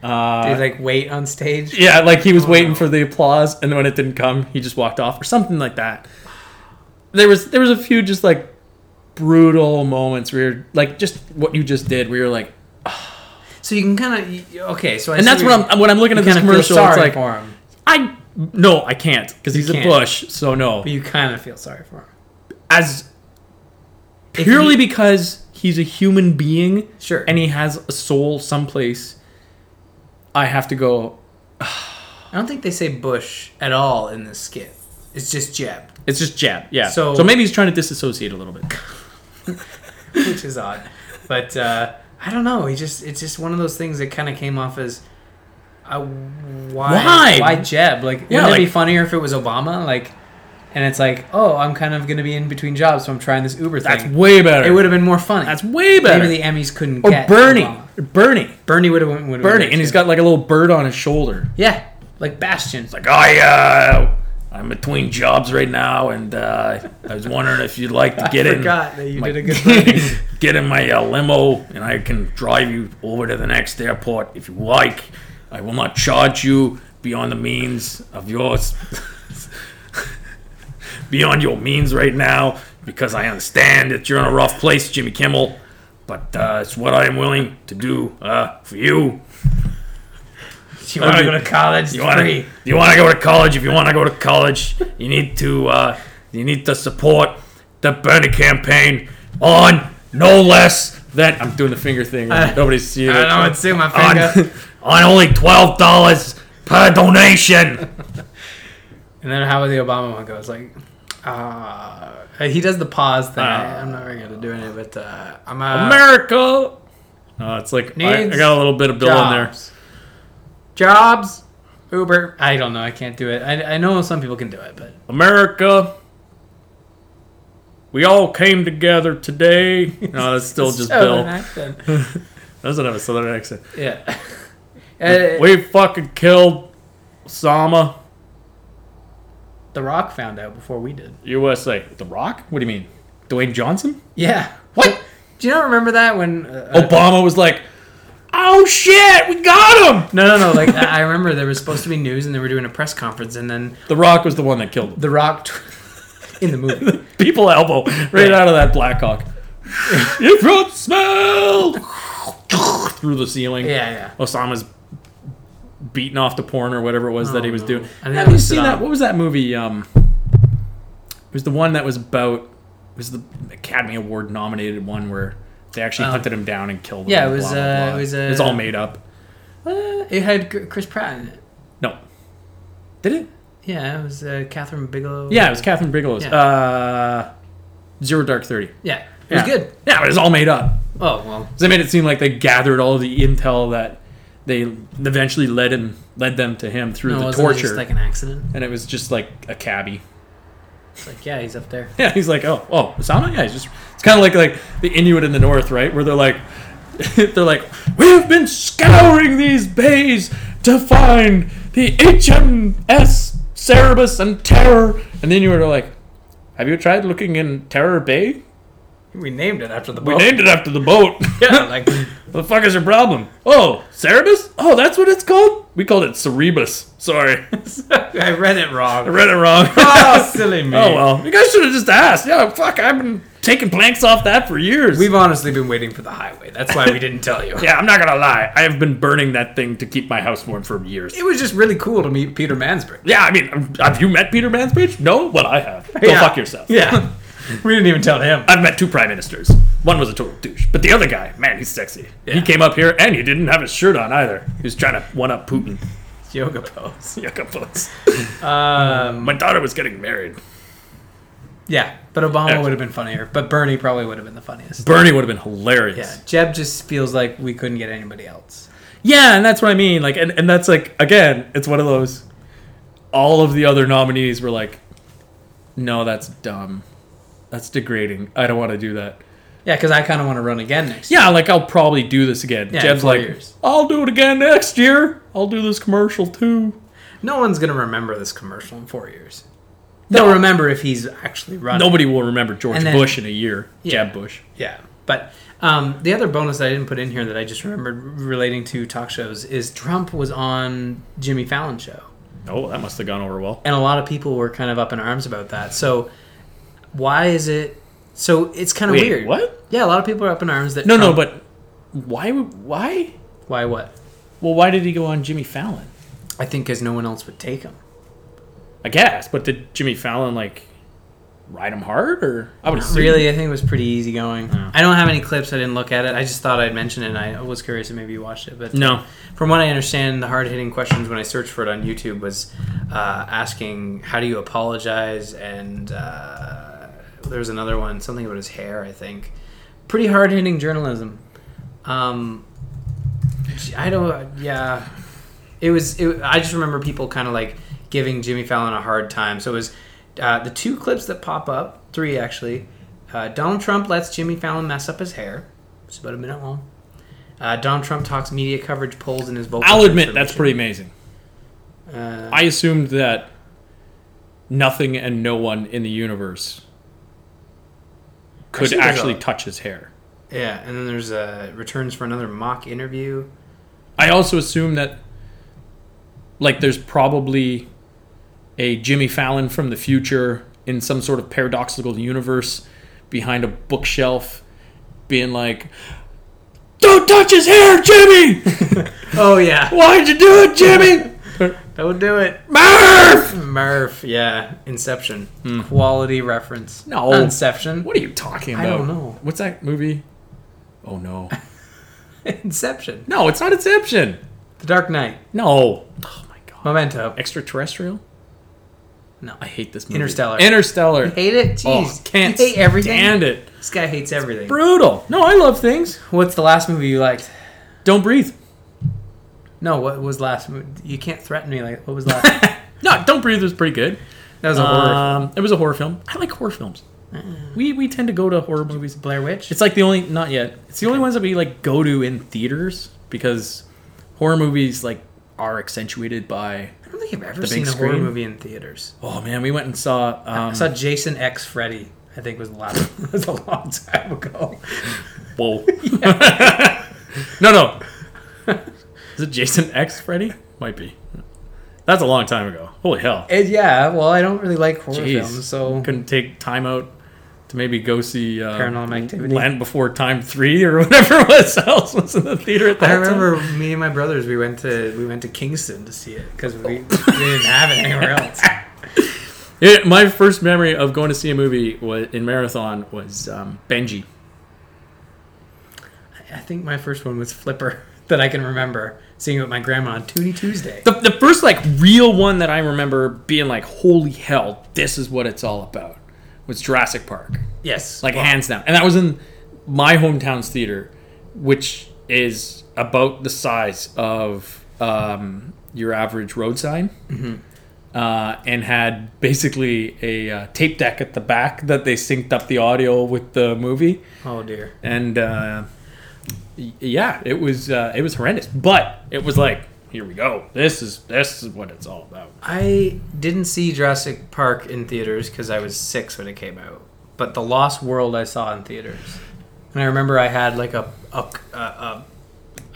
Speaker 1: Do you like wait on stage?
Speaker 3: Yeah, like he was waiting for the applause and when it didn't come, he just walked off or something like that. There was there was a few just like brutal moments where you're, like just what you just did where you're like
Speaker 1: So you can kind of okay. So I
Speaker 3: and that's what I'm when I'm looking at this
Speaker 1: kind of feel
Speaker 3: commercial it's
Speaker 1: sorry
Speaker 3: like
Speaker 1: for him,
Speaker 3: I no, I can't because he's
Speaker 1: can't.
Speaker 3: a bush, so no.
Speaker 1: but you kind of feel sorry for him.
Speaker 3: As
Speaker 1: If
Speaker 3: purely
Speaker 1: you-
Speaker 3: because he's a human being
Speaker 1: Sure.
Speaker 3: and he has a soul someplace i have to go
Speaker 1: I don't think they say Bush at all in this skit. It's just Jeb,
Speaker 3: it's just jab yeah
Speaker 1: So-
Speaker 3: so, maybe he's trying to disassociate a little bit
Speaker 1: which is odd. But uh, I don't know. He just it's just one of those things that kind of came off as uh, why
Speaker 3: Why?
Speaker 1: why Jeb? Like
Speaker 3: Yeah,
Speaker 1: wouldn't it be
Speaker 3: like-
Speaker 1: funnier if it was Obama? Like, and it's like oh I'm kind of gonna be in between jobs, so I'm trying this Uber
Speaker 3: that's
Speaker 1: thing.
Speaker 3: way better
Speaker 1: it would have been more funny.
Speaker 3: that's way better
Speaker 1: Maybe the Emmys couldn't
Speaker 3: or
Speaker 1: get
Speaker 3: bernie
Speaker 1: Obama.
Speaker 3: bernie
Speaker 1: Bernie would have went. would've
Speaker 3: bernie
Speaker 1: went
Speaker 3: and he's
Speaker 1: too.
Speaker 3: got like a little bird on his shoulder oh,
Speaker 1: yeah like Bastion.
Speaker 4: Like, I, uh, I'm between jobs right now, and uh, I was wondering if you'd like to get
Speaker 1: I
Speaker 4: in,
Speaker 1: forgot that you
Speaker 4: my-
Speaker 1: did a good Bernie.
Speaker 4: get in my uh, limo, and I can drive you over to the next airport if you like. I will not charge you beyond the means of yours, beyond your means right now, because I understand that you're in a rough place, Jimmy Kimmel. But uh, it's what I am willing to do uh, for you.
Speaker 1: you want to go to college?
Speaker 4: You want to
Speaker 1: free.
Speaker 4: you want to go to college? If you want to go to college, you need to uh, you need to support the Bernie campaign on no less than
Speaker 3: i'm doing the finger thing nobody's seeing it
Speaker 1: I don't know. It's in my finger.
Speaker 4: on, on only twelve dollars per donation.
Speaker 1: And then how the Obama one goes, like, uh, he does the pause thing. I, I'm not very good at doing it, but uh, I'm uh,
Speaker 3: america Uh, it's like I, I
Speaker 1: Needs
Speaker 3: got a little bit of bill in there
Speaker 1: jobs. Jobs, Uber. I don't know. I can't do it. I, I know some people can do it, but
Speaker 3: America, we all came together today. No, that's still just
Speaker 1: Southern
Speaker 3: Bill.
Speaker 1: accent.
Speaker 3: Doesn't have a southern accent.
Speaker 1: yeah. Uh,
Speaker 3: We fucking killed Osama,
Speaker 1: the Rock found out before we did.
Speaker 3: USA. The Rock? What do you mean? Dwayne Johnson?
Speaker 1: Yeah.
Speaker 3: What?
Speaker 1: Do you not remember that when? Uh,
Speaker 3: Obama was like, oh shit, we got him.
Speaker 1: No, no, no. Like I I remember there was supposed to be news, and they were doing a press conference, and then
Speaker 3: The Rock was the one that killed him.
Speaker 1: The Rock, tw- in the movie,
Speaker 3: People elbow right out of that Black Hawk. you brought smell through the ceiling.
Speaker 1: Yeah, yeah.
Speaker 3: Osama's beating off the porn or whatever it was that he was
Speaker 1: Oh, no.
Speaker 3: doing.
Speaker 1: I think
Speaker 3: Have
Speaker 1: that
Speaker 3: you
Speaker 1: was
Speaker 3: seen
Speaker 1: Saddam.
Speaker 3: that? What was that movie? Um, it was the one that was about it was the Academy Award nominated one where they actually
Speaker 1: Oh.
Speaker 3: hunted him down and killed him.
Speaker 1: Yeah, it
Speaker 3: and
Speaker 1: was,
Speaker 3: blah, blah,
Speaker 1: uh,
Speaker 3: blah.
Speaker 1: it was, uh,
Speaker 3: it's all made up.
Speaker 1: Uh, it had Gr- Chris Pratt in it.
Speaker 3: No, did it?
Speaker 1: Yeah, it was uh, Catherine Bigelow.
Speaker 3: Yeah, it was Catherine Bigelow's.
Speaker 1: Yeah.
Speaker 3: Uh, Zero Dark Thirty. It
Speaker 1: yeah, it
Speaker 3: yeah.
Speaker 1: was good.
Speaker 3: Yeah, but it's all made up.
Speaker 1: Oh well,
Speaker 3: 'Cause they made it seem like they gathered all the intel that they eventually led him led them to him through
Speaker 1: no,
Speaker 3: the
Speaker 1: wasn't
Speaker 3: torture.
Speaker 1: it just like an accident?
Speaker 3: and it was just like a cabbie.
Speaker 1: It's like yeah, he's up there.
Speaker 3: Yeah, he's like, oh, oh, Osama. Yeah, he's just. It's kind of like like the Inuit in the North, right? Where they're like, they're like, we've been scouring these bays to find the HMS Cerebus and Terror, and the Inuit are like, have you tried looking in Terror Bay?
Speaker 1: We named it after the
Speaker 3: We Oh.
Speaker 1: boat.
Speaker 3: named it after the boat.
Speaker 1: yeah, like
Speaker 3: What the fuck is your problem? Oh, Cerebus? Oh, that's what it's called? We called it Cerebus. Sorry.
Speaker 1: I read it
Speaker 3: I
Speaker 1: wrong.
Speaker 3: read it wrong.
Speaker 1: Oh, silly me.
Speaker 3: Oh well, you guys should have just asked. Yeah, fuck, I've been taking planks off that for years.
Speaker 1: We've honestly been waiting for the highway. That's why we didn't tell you.
Speaker 3: yeah, I'm not gonna lie. I have been burning that thing to keep my house warm for years.
Speaker 1: It was just really cool to meet Peter Mansbridge.
Speaker 3: Yeah, I mean, um, have you met Peter Mansbridge? No? Well, I have. Go
Speaker 1: Yeah.
Speaker 3: fuck yourself.
Speaker 1: Yeah. we didn't even tell him.
Speaker 3: I've met two prime ministers. One was a total douche, but the other guy, man, he's sexy. He came up here and he didn't have his shirt on either. He was trying to one up Putin.
Speaker 1: Yoga pose.
Speaker 3: Yucca puss.
Speaker 1: Um,
Speaker 3: My daughter was getting married.
Speaker 1: yeah, but Obama
Speaker 3: Excellent.
Speaker 1: would have been funnier. But Bernie probably would have been the funniest.
Speaker 3: Bernie would have been hilarious.
Speaker 1: Yeah, Jeb just feels like we couldn't get anybody else.
Speaker 3: Yeah, and that's what I mean. Like, and, and that's like again, it's one of those. All of the other nominees were like, "No, that's dumb. That's degrading. I don't want to do that."
Speaker 1: Yeah, because I kind of want to run again next.
Speaker 3: Yeah, like I'll probably do this again.
Speaker 1: Yeah, in
Speaker 3: Jeb's
Speaker 1: four
Speaker 3: like,
Speaker 1: years.
Speaker 3: "I'll do it again next year. I'll do this commercial too."
Speaker 1: year. No one's gonna remember this commercial in four years. They'll remember if he's actually running.
Speaker 3: Nobody will remember George
Speaker 1: And then-
Speaker 3: Bush in a year.
Speaker 1: Yeah.
Speaker 3: Jeb Bush.
Speaker 1: Yeah, but um, the other bonus that I didn't put in here that I just remembered relating to talk shows is Trump was on Jimmy Fallon's show,
Speaker 3: Oh, that must have gone over well.
Speaker 1: and a lot of people were kind of up in arms about that. So why is it? So it's kind of
Speaker 3: Wait,
Speaker 1: weird.
Speaker 3: what?
Speaker 1: Yeah, a lot of people are up in arms that
Speaker 3: No, no,
Speaker 1: Trump-
Speaker 3: but why? would- Why?
Speaker 1: why what?
Speaker 3: Well, why did he go on Jimmy Fallon?
Speaker 1: I think because no one else would take him.
Speaker 3: I guess, but did Jimmy Fallon like ride him hard, or I would
Speaker 1: Not
Speaker 3: assume-
Speaker 1: Really, I think it was pretty easy going. I don't have any clips. I didn't look at it. I just thought I'd mention it. and I was curious if maybe you watched it, but
Speaker 3: No,
Speaker 1: From what I understand, the hard hitting questions when I searched for it on YouTube was uh, asking how do you apologize, and uh, there was another one, something about his hair, I think. Pretty hard hitting journalism. Um, I don't, yeah. It was, it, I just remember people kind of like giving Jimmy Fallon a hard time. So it was uh, the two clips that pop up, three actually. Uh, Donald Trump lets Jimmy Fallon mess up his hair. It's about a minute long. Uh, Donald Trump talks media coverage polls in his vocal.
Speaker 3: I'll admit that's pretty
Speaker 1: transformation.
Speaker 3: amazing.
Speaker 1: Uh,
Speaker 3: I assumed that nothing and no one in the universe could
Speaker 1: Actually, there's
Speaker 3: actually
Speaker 1: a-
Speaker 3: touch his hair.
Speaker 1: yeah, and then there's uh, returns for another mock interview.
Speaker 3: I also assume that like there's probably a Jimmy Fallon from the future in some sort of paradoxical universe behind a bookshelf being like don't touch his hair, Jimmy!
Speaker 1: Oh yeah,
Speaker 3: Why'd you do it, Jimmy?
Speaker 1: don't do it,
Speaker 3: Murph!
Speaker 1: Murph. Yeah, Inception. Quality reference.
Speaker 3: Hmm. No.
Speaker 1: Not Inception.
Speaker 3: What are you talking
Speaker 1: I
Speaker 3: about?
Speaker 1: don't know.
Speaker 3: What's that movie? Oh no.
Speaker 1: Inception.
Speaker 3: No, it's not Inception.
Speaker 1: The Dark Knight.
Speaker 3: No. Oh my god.
Speaker 1: Memento.
Speaker 3: Extraterrestrial?
Speaker 1: No.
Speaker 3: I hate this movie.
Speaker 1: Interstellar.
Speaker 3: Interstellar.
Speaker 1: Hate it?
Speaker 3: oh,
Speaker 1: Jeez.
Speaker 3: can't
Speaker 1: you hate everything.
Speaker 3: stand it.
Speaker 1: This guy hates everything.
Speaker 3: Brutal. No, I love things.
Speaker 1: What's the last movie you liked?
Speaker 3: Don't breathe.
Speaker 1: No, what was last movie? You can't threaten me like what was last? that
Speaker 3: No, Don't Breathe was pretty good.
Speaker 1: was a horror.
Speaker 3: Um, it was a horror film. I like horror films. We we tend to go to horror movies.
Speaker 1: Blair Witch.
Speaker 3: It's like the only not yet. It's the only ones that we like go to in theaters because horror movies like are accentuated by.
Speaker 1: I don't think I've ever
Speaker 3: the
Speaker 1: seen
Speaker 3: big
Speaker 1: a horror
Speaker 3: screen.
Speaker 1: movie in theaters.
Speaker 3: Oh man, we went and saw. Um,
Speaker 1: I saw Jason X Freddy. I think was the last. that was a long time ago.
Speaker 3: Whoa. no, no. Is it Jason X Freddy? Might be. That's a long time ago. Holy hell.
Speaker 1: And yeah, well, I don't really like horror
Speaker 3: Jeez.
Speaker 1: films, so
Speaker 3: Couldn't take time out to maybe go see uh,
Speaker 1: Paranormal Activity.
Speaker 3: Land Before Time 3 or whatever it was else was in the theater at that
Speaker 1: I
Speaker 3: time.
Speaker 1: remember me and my brothers. We went to we went to Kingston to see it because we, we didn't have it anywhere else.
Speaker 3: It- my first memory of going to see a movie was, in Marathon was um, Benji.
Speaker 1: I think my first one was Flipper that I can remember seeing with my grandma on Tootie Tuesday.
Speaker 3: The, the first like real one that I remember being like, holy hell, this is what it's all about was Jurassic Park.
Speaker 1: yes,
Speaker 3: like hands down. And that was in my hometown's theater, which is about the size of um, your average road sign, uh, and had basically a uh, tape deck at the back that they synced up the audio with the movie,
Speaker 1: oh dear.
Speaker 3: and uh, y- yeah, it was uh, it was horrendous, but it was like. Here we go. This is this is what it's all about.
Speaker 1: I didn't see Jurassic Park in theaters because I was six when it came out. but The Lost World I saw in theaters, and I remember I had like a a, a, a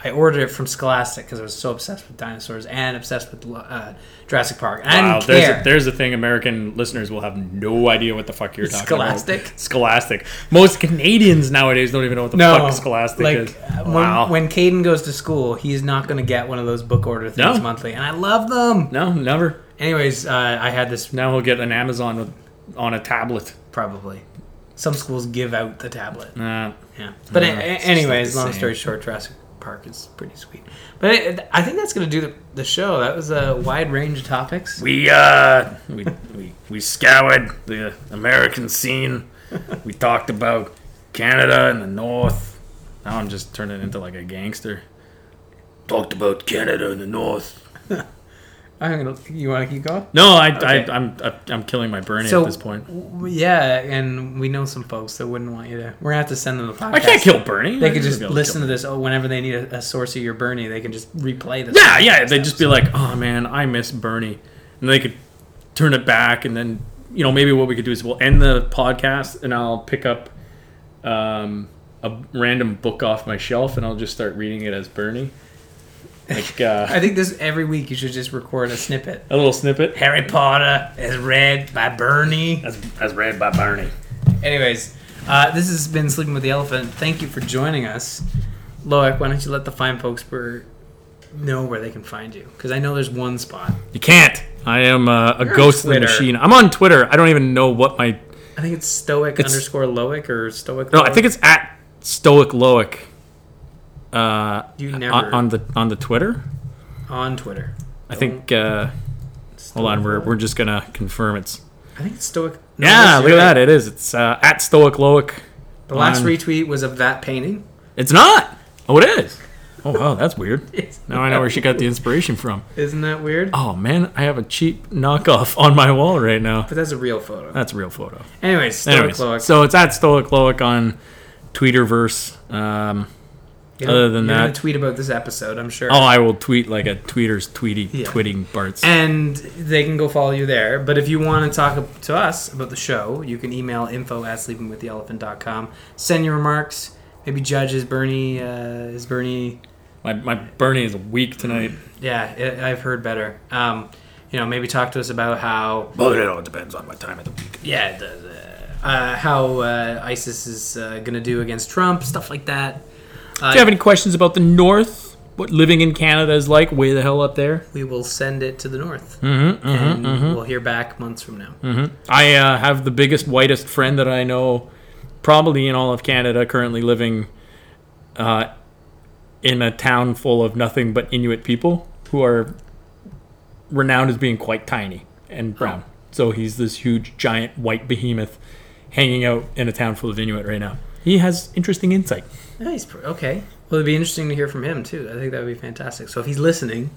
Speaker 1: I ordered it from Scholastic because I was so obsessed with dinosaurs and obsessed with uh, Jurassic Park. And I
Speaker 3: Wow,
Speaker 1: didn't
Speaker 3: there's
Speaker 1: care.
Speaker 3: a, there's a thing American listeners will have no idea what the fuck you're talking
Speaker 1: Scholastic?
Speaker 3: about. Scholastic. Scholastic. Most Canadians nowadays don't even know what the
Speaker 1: no,
Speaker 3: fuck Scholastic
Speaker 1: like,
Speaker 3: is.
Speaker 1: uh, When,
Speaker 3: wow.
Speaker 1: when Caden goes to school, he's not going to get one of those book order things
Speaker 3: No.
Speaker 1: monthly, and I love them.
Speaker 3: no, never.
Speaker 1: Anyways, uh, I had this
Speaker 3: Now he'll get an Amazon with, on a tablet.
Speaker 1: probably. Some schools give out the tablet.
Speaker 3: Nah.
Speaker 1: Yeah. But a- a-
Speaker 3: it's just not
Speaker 1: anyways,
Speaker 3: the
Speaker 1: long
Speaker 3: same.
Speaker 1: story short, Jurassic Park is pretty sweet. But it, I think that's going to do the, the show. That was a wide range of topics.
Speaker 3: We uh we, we we scoured the American scene. We talked about Canada and the North. Now I'm just turning into like a gangster. Talked about Canada and the North.
Speaker 1: I'm gonna, you want to keep going?
Speaker 3: No, I,
Speaker 1: Okay.
Speaker 3: I I'm I'm killing my Bernie
Speaker 1: So-
Speaker 3: at this point.
Speaker 1: W- Yeah, and we know some folks that wouldn't want you to. We're going to have to send them the podcast.
Speaker 3: I can't kill Bernie.
Speaker 1: They
Speaker 3: I
Speaker 1: could
Speaker 3: should
Speaker 1: just
Speaker 3: be able
Speaker 1: listen to
Speaker 3: kill-
Speaker 1: this. Oh, whenever they need a, a source of your Bernie, they can just replay this.
Speaker 3: Yeah, yeah. They'd just be like, "Oh man, I miss Bernie," and they could turn it back, and then you know maybe what we could do is we'll end the podcast, and I'll pick up um, a random book off my shelf, and I'll just start reading it as Bernie, like uh,
Speaker 1: I think this every week you should just record a snippet.
Speaker 3: a little snippet
Speaker 1: Harry Potter is read by Bernie.
Speaker 3: as as read by Bernie.
Speaker 1: Anyways, uh, this has been Sleeping with the Elephant. Thank you for joining us. Loic, why don't you let the fine folks where, know where they can find you? Because I know there's one spot.
Speaker 3: You can't. I am uh, a
Speaker 1: on
Speaker 3: ghost in the
Speaker 1: Twitter.
Speaker 3: machine. I'm on Twitter. I don't even know what my
Speaker 1: I think it's Stoic
Speaker 3: It's-
Speaker 1: underscore Loic or Stoic.
Speaker 3: No, I think it's at Stoic Loic. Uh,
Speaker 1: You
Speaker 3: on-
Speaker 1: never-
Speaker 3: on, the on the Twitter.
Speaker 1: on Twitter.
Speaker 3: I think. Uh, hold on, we're, we're just gonna confirm it's.
Speaker 1: I think it's Stoic. no,
Speaker 3: Yeah,
Speaker 1: that's
Speaker 3: look at
Speaker 1: your-
Speaker 3: that. It is. It's uh, at Stoic Loic.
Speaker 1: The last
Speaker 3: on-
Speaker 1: retweet was of that painting.
Speaker 3: It's not. Oh, it is. Oh wow, that's weird.
Speaker 1: Yes.
Speaker 3: Now I know where she got the inspiration from.
Speaker 1: Isn't that weird?
Speaker 3: Oh man, I have a cheap knockoff on my wall right now.
Speaker 1: But that's a real photo.
Speaker 3: That's a real photo.
Speaker 1: Anyways, Stoic
Speaker 3: uh, Anyways,
Speaker 1: Loic.
Speaker 3: so it's at Stoic Loic on Tweeterverse. Um,
Speaker 1: You
Speaker 3: other than
Speaker 1: you're gonna
Speaker 3: that-
Speaker 1: tweet about this episode, I'm sure.
Speaker 3: oh, I will tweet like a tweeter's tweety
Speaker 1: Yeah.
Speaker 3: twitting Bart's.
Speaker 1: and they can go follow you there. But if you want to talk to us about the show, you can email info at sleepingwiththeelephant.com. Send your remarks. Maybe judge is Bernie. Uh, is Bernie?
Speaker 3: My, my Bernie is weak tonight.
Speaker 1: Yeah, I, I've heard better. Um, you know, maybe talk to us about how.
Speaker 3: But it all depends on my time of the week.
Speaker 1: Yeah, it does, uh, uh, how uh, ISIS is uh, gonna do against Trump, stuff like that.
Speaker 3: Do you have any questions about the North? What living in Canada is like? Way the hell up there.
Speaker 1: We will send it to the north, mm-hmm, and we'll hear back months from now.
Speaker 3: I uh, have the biggest, whitest friend that I know, probably in all of Canada, currently living uh, in a town full of nothing but Inuit people who are renowned as being quite tiny and brown. So he's this huge, giant, white behemoth hanging out in a town full of Inuit right now. He has interesting insight.
Speaker 1: Nice. pr- Okay. Well, it'd be interesting to hear from him too. I think that would be fantastic. So if he's listening,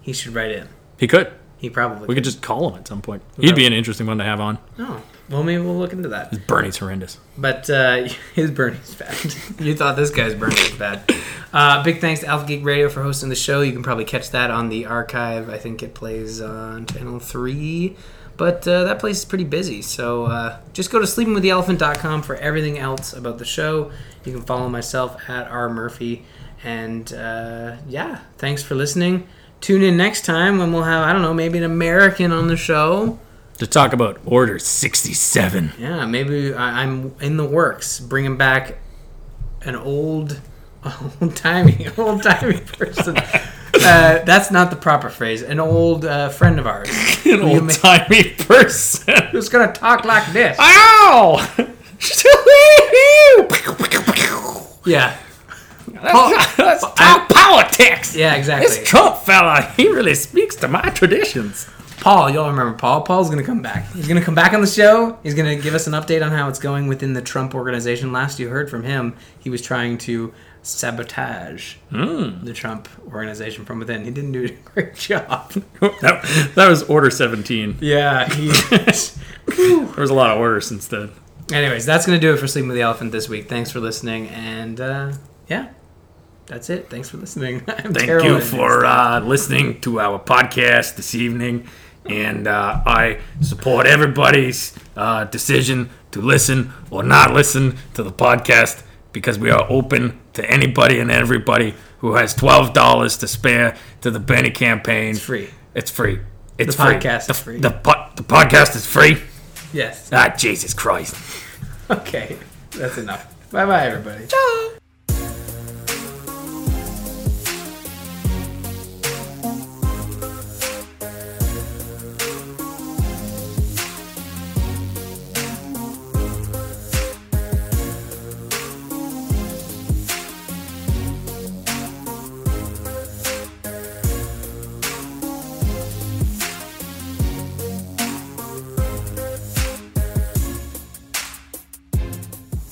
Speaker 1: he should write in.
Speaker 3: He could.
Speaker 1: He probably.
Speaker 3: We could just call him at some point. He'd be an interesting one to have on.
Speaker 1: Oh. Well, maybe we'll look into that.
Speaker 3: Bernie's horrendous.
Speaker 1: But uh, his Bernie's bad. you thought this guy's Bernie was bad. Uh, big thanks to Alpha Geek Radio for hosting the show. You can probably catch that on the archive. I think it plays on Channel 3. But uh, that place is pretty busy. So uh, just go to sleepingwiththeelephant.com for everything else about the show. You can follow myself at R. Murphy. And uh, yeah, thanks for listening. Tune in next time when we'll have, I don't know, maybe an American on the show.
Speaker 3: To talk about Order 67.
Speaker 1: Yeah, maybe I, I'm in the works, bringing back an old, old timey, old timey person. uh, that's not the proper phrase. An old uh, friend of ours
Speaker 3: An
Speaker 1: you
Speaker 3: old timey person.
Speaker 1: who's gonna talk like this.
Speaker 3: Ow!
Speaker 1: yeah,
Speaker 3: let's, let's talk politics.
Speaker 1: yeah, exactly.
Speaker 3: This Trump fella, he really speaks to my traditions.
Speaker 1: Paul, y'all remember Paul? Paul's gonna come back. He's gonna come back on the show. He's gonna give us an update on how it's going within the Trump organization. Last you heard from him, he was trying to sabotage the Trump organization from within. He didn't do a great job.
Speaker 3: That, that was Order 17.
Speaker 1: Yeah, he.
Speaker 3: There was a lot of order since then.
Speaker 1: Anyways, that's going to do it for Sleeping with the Elephant this week. Thanks for listening. And uh, yeah, that's it. Thanks for listening. I'm
Speaker 3: Thank
Speaker 1: terrible
Speaker 3: you uh,
Speaker 1: at this.
Speaker 3: for uh, listening to our podcast this evening. and uh, I support everybody's uh, decision to listen or not listen to the podcast because we are open to anybody and everybody who has twelve dollars to spare to the Benny campaign. It's
Speaker 1: free.
Speaker 3: It's free. It's
Speaker 1: The
Speaker 3: free.
Speaker 1: podcast
Speaker 3: the,
Speaker 1: is free.
Speaker 3: The, po- the podcast is free.
Speaker 1: Yes.
Speaker 3: Ah, Jesus Christ.
Speaker 1: Okay. That's enough. Bye bye, everybody.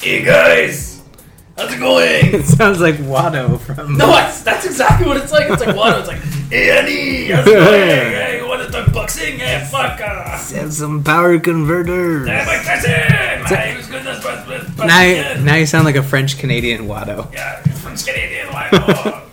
Speaker 3: Hey guys, how's it going?
Speaker 1: It sounds like Watto from.
Speaker 3: No, that's, that's exactly what it's like. It's like one. It's like, hey, Eddie, how's it going? Hey, you want to talk boxing? Hey, fuck. Uh,
Speaker 1: Have some power converters.
Speaker 3: hey, Mike Tyson. My was good. That's
Speaker 1: Now, now you sound like a French Canadian Watto.
Speaker 3: Yeah, from Canadian. Like, oh.